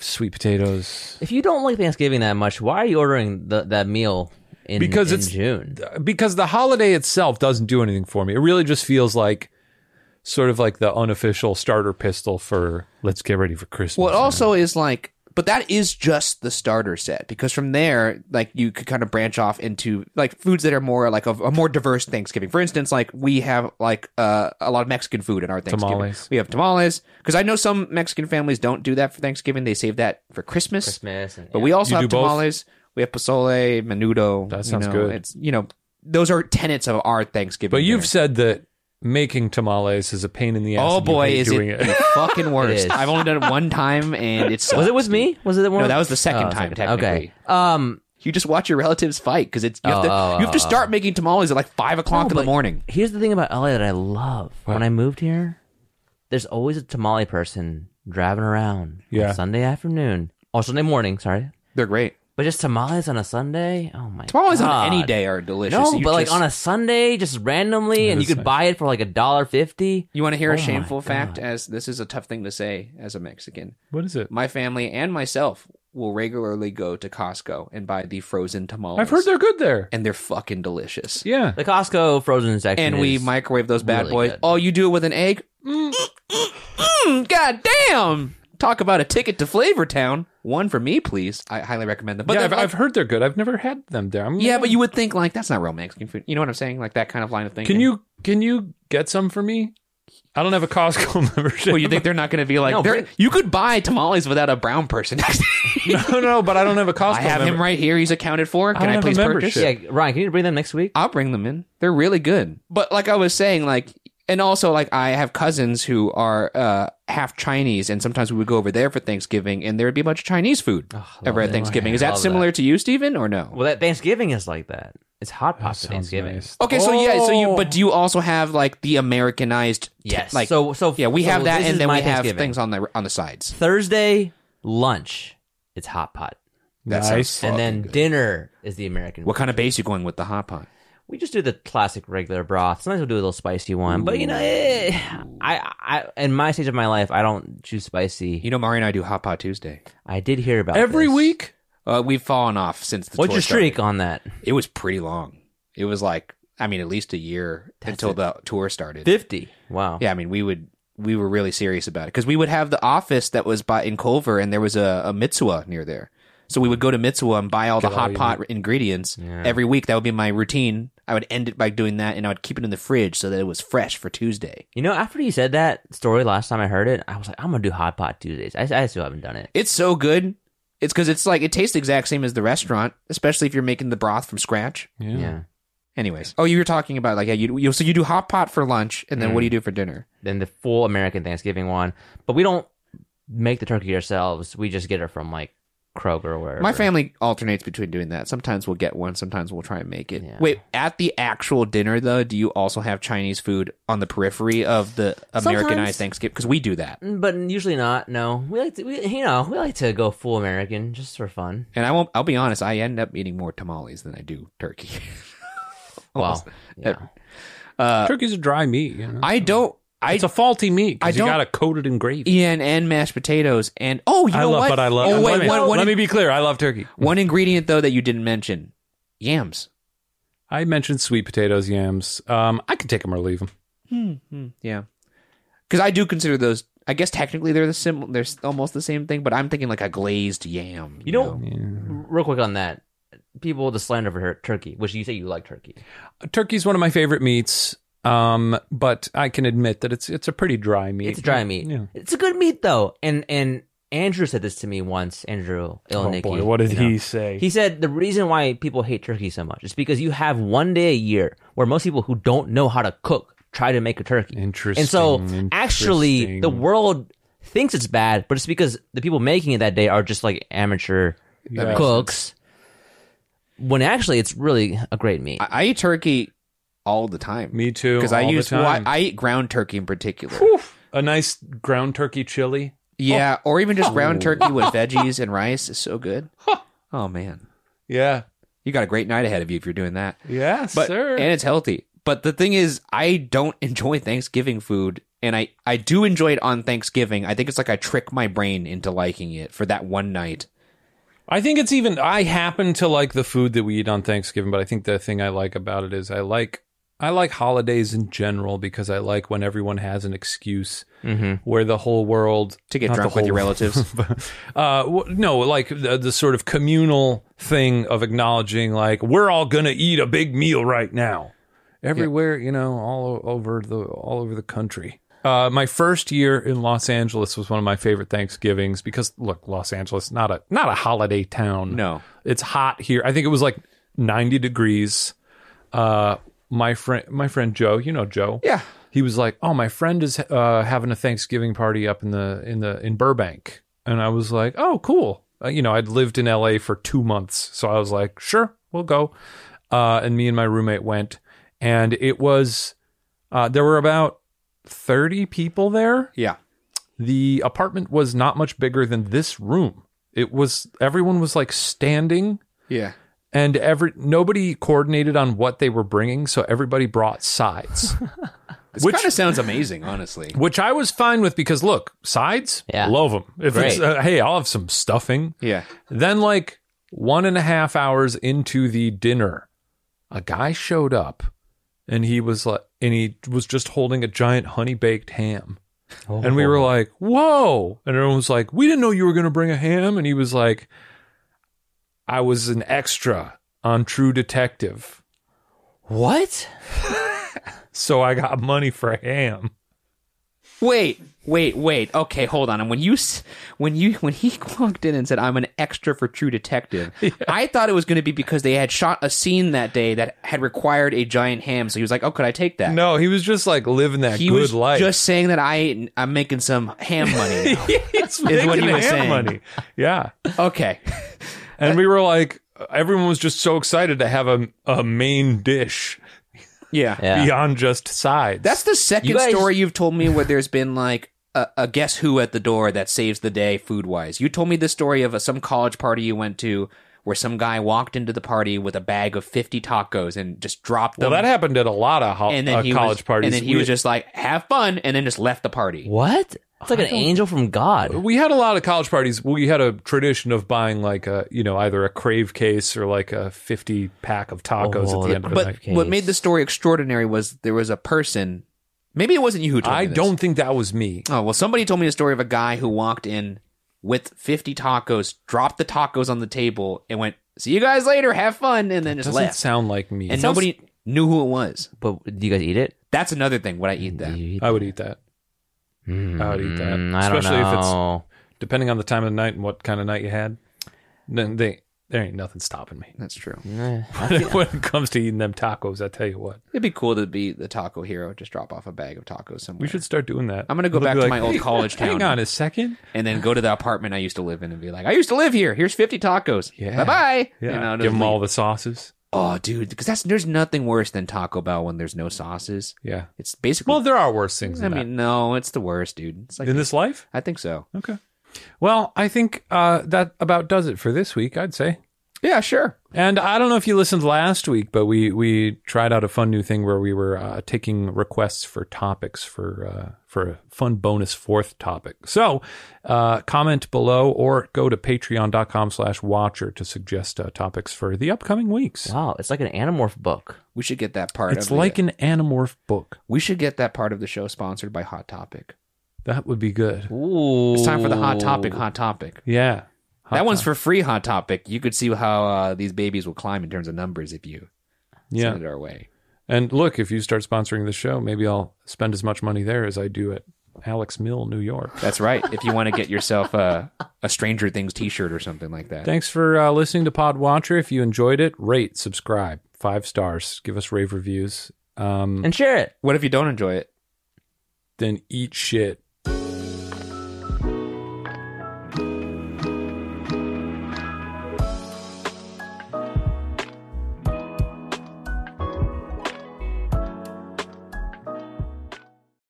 sweet potatoes
if you don't like Thanksgiving that much, why are you ordering the, that meal in
Because
in
it's-
June?
because the holiday itself doesn't do anything for me. It really just feels like sort of like the unofficial starter pistol for let's get ready for Christmas.
Well, oh, it also is like, but that is just the starter set because from there, like you could kind of branch off into like foods that are more like a, a more diverse Thanksgiving. For instance, like we have like uh, a lot of Mexican food in our Thanksgiving.
Tamales.
We have tamales because I know some Mexican families don't do that for Thanksgiving; they save that for Christmas.
Christmas and-
But we also
You
have
do both?
tamales. We have pozole, menudo.
That
you
sounds
know,
good.
It's you know those are tenets of our Thanksgiving.
but you've
dinner.
said that making tamales is a pain in the ass.
oh
and you
boy,
hate
is
doing
it, the fucking worst?
is.
I've only done it one time, and it's
Was it with me? Was it the one?
No, that was the second
Oh,
time,
Okay.
technically.
Um,
You just watch your relatives fight because it's you, have
Oh,
to,
oh,
you have to
oh, oh.
start making tamales at like five o'clock in the
but-
morning.
here's the thing about LA that I love. When I moved here, there's always a tamale person driving around.
Yeah.
On Sunday afternoon or Sunday morning. Sorry,
They're great.
but just tamales on a day. Oh my.
Tamales
God.
on any day are delicious.
No,
You
but like
just-
on a Sunday, just randomly, and you
is
could
nice.
buy it for like a dollar fifty.
you want to hear
Oh
a
my
shameful fact?
God.
As this is a tough thing to say as a Mexican,
What is it?
my family and myself will regularly go to Costco and buy the frozen tamales.
I've heard they're good there.
and they're fucking delicious.
Yeah.
The Costco frozen section,
and we
is-
microwave those bad
really
boys.
good.
Oh, you do it with an egg? Mm, mm, mm, God damn! Talk about a ticket to Flavor Town. One for me, please. I highly recommend them. But
yeah,
yeah,
I've, I've heard they're good. I've never had them there. I'm,
yeah, but you would think like that's not real Mexican food. You know what I'm saying? Like that kind of line of thinking.
can you can you get some for me? I don't have a Costco membership.
Well, you think they're not going to be like?
No,
they're-
bring-
you could buy tamales without a brown person.
no, no, but I don't have a Costco.
I have him
member-
right here. He's accounted for. Can
don't
I,
have a
please
membership.
purchase?
yeah, Ryan, can you bring them next week?
I'll bring them in. They're really good. But like I was saying, like, and also like I have cousins who are uh, half Chinese, and sometimes we would go over there for Thanksgiving, and there would be a bunch of Chinese food over at Thanksgiving. Is that
love
similar to you, Stephen, or no?
Well, that Thanksgiving is like that. It's hot
That
pot for
sounds
Thanksgiving.
nice.
okay, so yeah, so you, but do you also have like the Americanized? t-
Yes.
like
So- so-
yeah, we
so
have that,
this is
and then
my
we have
Thanksgiving.
things on the on the sides.
Thursday lunch, it's hot pot,
That
Nice.
sounds
and
fucking
then
good.
dinner is the American.
what kind of base you going with the hot pot?
We just do the classic regular broth. Sometimes we'll do a little spicy one, but you know, eh, I, I, in my stage of my life, I don't choose spicy.
You know, Mari and I do hot pot Tuesday.
I did hear about
every
this.
week.
Uh, we've fallen off since the
What's
tour
your
started.
streak on that?
It was pretty long. It was like I mean at least a year until the tour started.
Fifty. Wow.
Yeah, I mean we would we were really serious about it because we would have the office that was by in Culver and there was a, a Mitsuwa near there. So we would go to Mitsuwa and buy all the hot pot ingredients every week. That would be my routine. I would end it by doing that and I would keep it in the fridge so that it was fresh for Tuesday.
You know, after you said that story last time I heard it, I was like, I'm gonna do hot pot Tuesdays. I, I still haven't done it.
It's so good. It's because it's like it tastes the exact same as the restaurant, especially if you're making the broth from scratch.
Yeah.
Yeah.
Anyways, oh, you were talking about like yeah, you, you so you do hot pot for lunch and then what do you do for dinner?
Then the full American Thanksgiving one, but we don't make the turkey ourselves. We just get it from like Kroger or wherever.
My family alternates between doing that. Sometimes we'll get one, sometimes we'll try and make it.
Yeah.
Wait, at the actual dinner though, do you also have Chinese food on the periphery of the Americanized
Sometimes.
Thanksgiving? Because we do that.
Mm, but usually not. No, we like to, we, you know, we like to go full American just for fun.
And I won't I'll be honest, I end up eating more tamales than I do turkey.
Wow.
Almost.
Yeah.
Turkey's a dry meat. You know?
I don't Uh, I
it's a faulty meat
I
because you
don't-
got to coat it in gravy.
eat and, and mashed potatoes and oh you
I
know
love,
what?
but I love.
oh, wait,
let, me,
one, one,
let me be clear. I love turkey.
one ingredient though that you didn't mention. Yams.
I mentioned sweet potatoes, yams. Um, I could take them or leave them.
Yeah, because I do consider those. I guess technically they're the sim. They're s- almost the same thing, but I'm thinking like a glazed yam.
You know, real quick on that, people just slander for tur- turkey, which you say you like turkey.
Turkey's one of my favorite meats. Um, but I can admit that it's it's a pretty dry meat.
It's a dry meat.
Yeah.
It's a good meat though. And and Andrew said this to me once. Andrew
Oh
Ilnicki.
boy, what did
you know.
he say?
He said the reason why people hate turkey so much is because you have one day a year where most people who don't know how to cook try to make a turkey.
Interesting,
And so actually, the
interesting.
world thinks it's bad, but it's because the people making it that day are just like amateur cooks. When actually, it's really a great meat.
I, I eat turkey all the time.
Me too,
Because I
all the
use well, I-
time.
I, eat ground turkey in particular.
a nice ground turkey chili.
Yeah,
Oh.
or even just ground turkey with veggies and rice is so good. oh man,
Yeah,
you got a great night ahead of you if you're doing that.
yeah,
but
sir.
and it's healthy. But the thing is, I don't enjoy Thanksgiving food, and I I do enjoy it on Thanksgiving. I think it's like I trick my brain into liking it for that one night.
I think it's even. I happen to like the food that we eat on Thanksgiving, but I think the thing I like about it is I like I like holidays in general because I like when everyone has an excuse where the whole world
Mm-hmm. To get
not the
drunk with your
whole-
relatives.
uh, w- no, like the, the sort of communal thing of acknowledging, like we're all gonna eat a big meal right now, everywhere, you know, all o- over the all over the country. Uh, my first year in Los Angeles was one of my favorite Thanksgivings because look, Los Angeles not a not a holiday town.
No.
it's hot here. I think it was like ninety degrees. Uh, my friend, my friend Joe, you know Joe.
Yeah.
He was like, "Oh, my friend is uh, having a Thanksgiving party up in the in the in Burbank," and I was like, "Oh, cool." Uh, you know, I'd lived in LA for two months, so I was like, "Sure, we'll go." Uh, and me and my roommate went, and it was uh, there were about thirty people there.
yeah.
The apartment was not much bigger than this room. It was everyone was like standing
Yeah.
and every nobody coordinated on what they were bringing, so everybody brought sides,
This kind of sounds amazing, honestly.
which I was fine with because look, sides,
Yeah.
love them. If it's
Great.
uh, hey, I'll have some stuffing.
Yeah.
Then like one and a half hours into the dinner, a guy showed up, and he was like, and he was just holding a giant honey baked ham. And we
Oh.
were like, whoa. And everyone was like, we didn't know you were going to bring a ham. And he was like, I was an extra on True Detective.
What?
so I got money for ham.
Wait, wait, wait. Okay, hold on. And when you s- when you when he walked in and said I'm an extra for True Detective, I thought it was going to be because they had shot a scene that day that had required a giant ham. So he was like, "Oh, could I take that?"
No, he was just like living that
he
good
was
life.
just saying that I I'm making some ham money.
He's
what
making
he was
ham
saying.
money. Yeah,
okay.
and we were like, everyone was just so excited to have a a main dish
Yeah.
Yeah.
beyond just sides.
That's the second
You guys-
story you've told me where there's been like a, a guess who at the door that saves the day food wise. You told me the story of a, some college party you went to where some guy walked into the party with a bag of 50 tacos and just dropped
well,
them.
that happened at a lot of ho-
and then
uh,
he
college
was,
parties.
And then he
we,
was just like, have fun, and then just left the party.
What? It's like an angel from God.
we had a lot of college parties. We had a tradition of buying like a you know either a crave case or like a fifty pack of tacos
Oh,
at the end of the
But
night.
what made the story extraordinary was there was a person, maybe it wasn't you who told
I
me this.
don't think that was me.
Oh, well, somebody told me a story of a guy who walked in with 50 tacos, dropped the tacos on the table, and went, See you guys later. Have fun. And then just
Doesn't
left.
sound like me.
and nobody knew who it was.
But do you guys eat it?
That's another thing. Would I eat
Do
that?
you eat-
I would eat that. I would eat that,
Mm, I don't
especially if it's
know.
depending on the time of the night and what kind of night you had, then they there ain't nothing stopping me.
That's true.
when it comes to eating them tacos, I tell you what,
It'd be cool to be the taco hero. Just drop off a bag of tacos somewhere.
we should start doing that.
I'm gonna go
They'll
back
be
to my old college
Hang
town."
on a second.
and then go to the apartment I used to live in and be like, I used to live here. Here's 50 tacos.
Yeah.
Bye bye.
Yeah, give them all the sauces.
Oh, dude, because that's there's nothing worse than Taco Bell when there's no sauces.
Yeah.
It's basically.
Well, there are worse things.
I
Than
mean, no, it's the worst, dude. It's
that.
like
in this life.
I think so.
Okay. Well, I think uh, that about does it for this week. I'd say.
Yeah, sure.
And I don't know if you listened last week, but we we tried out a fun new thing where we were uh, taking requests for topics for uh, for a fun bonus fourth topic. So uh, comment below or go to Patreon.com/watcher to suggest uh, topics for the upcoming weeks.
Wow, it's like an Animorph book.
We should get that part.
It's
of
like
the,
an Animorph book.
we should get that part of the show sponsored by Hot Topic.
That would be good.
Ooh.
It's time for the Hot Topic. Hot Topic.
Yeah. Hot
that one's for free. Hot Topic. You could see how uh, these babies will climb in terms of numbers if you
Yeah.
send it our way.
And look, if you start sponsoring the show, maybe I'll spend as much money there as I do at Alex Mill, New York.
That's right. if you want to get yourself a, a Stranger Things T-shirt or something like that.
Thanks for uh, listening to Pod Watcher. If you enjoyed it, rate, subscribe, five stars, give us rave reviews, um,
And share it.
What if you don't enjoy it?
then eat shit.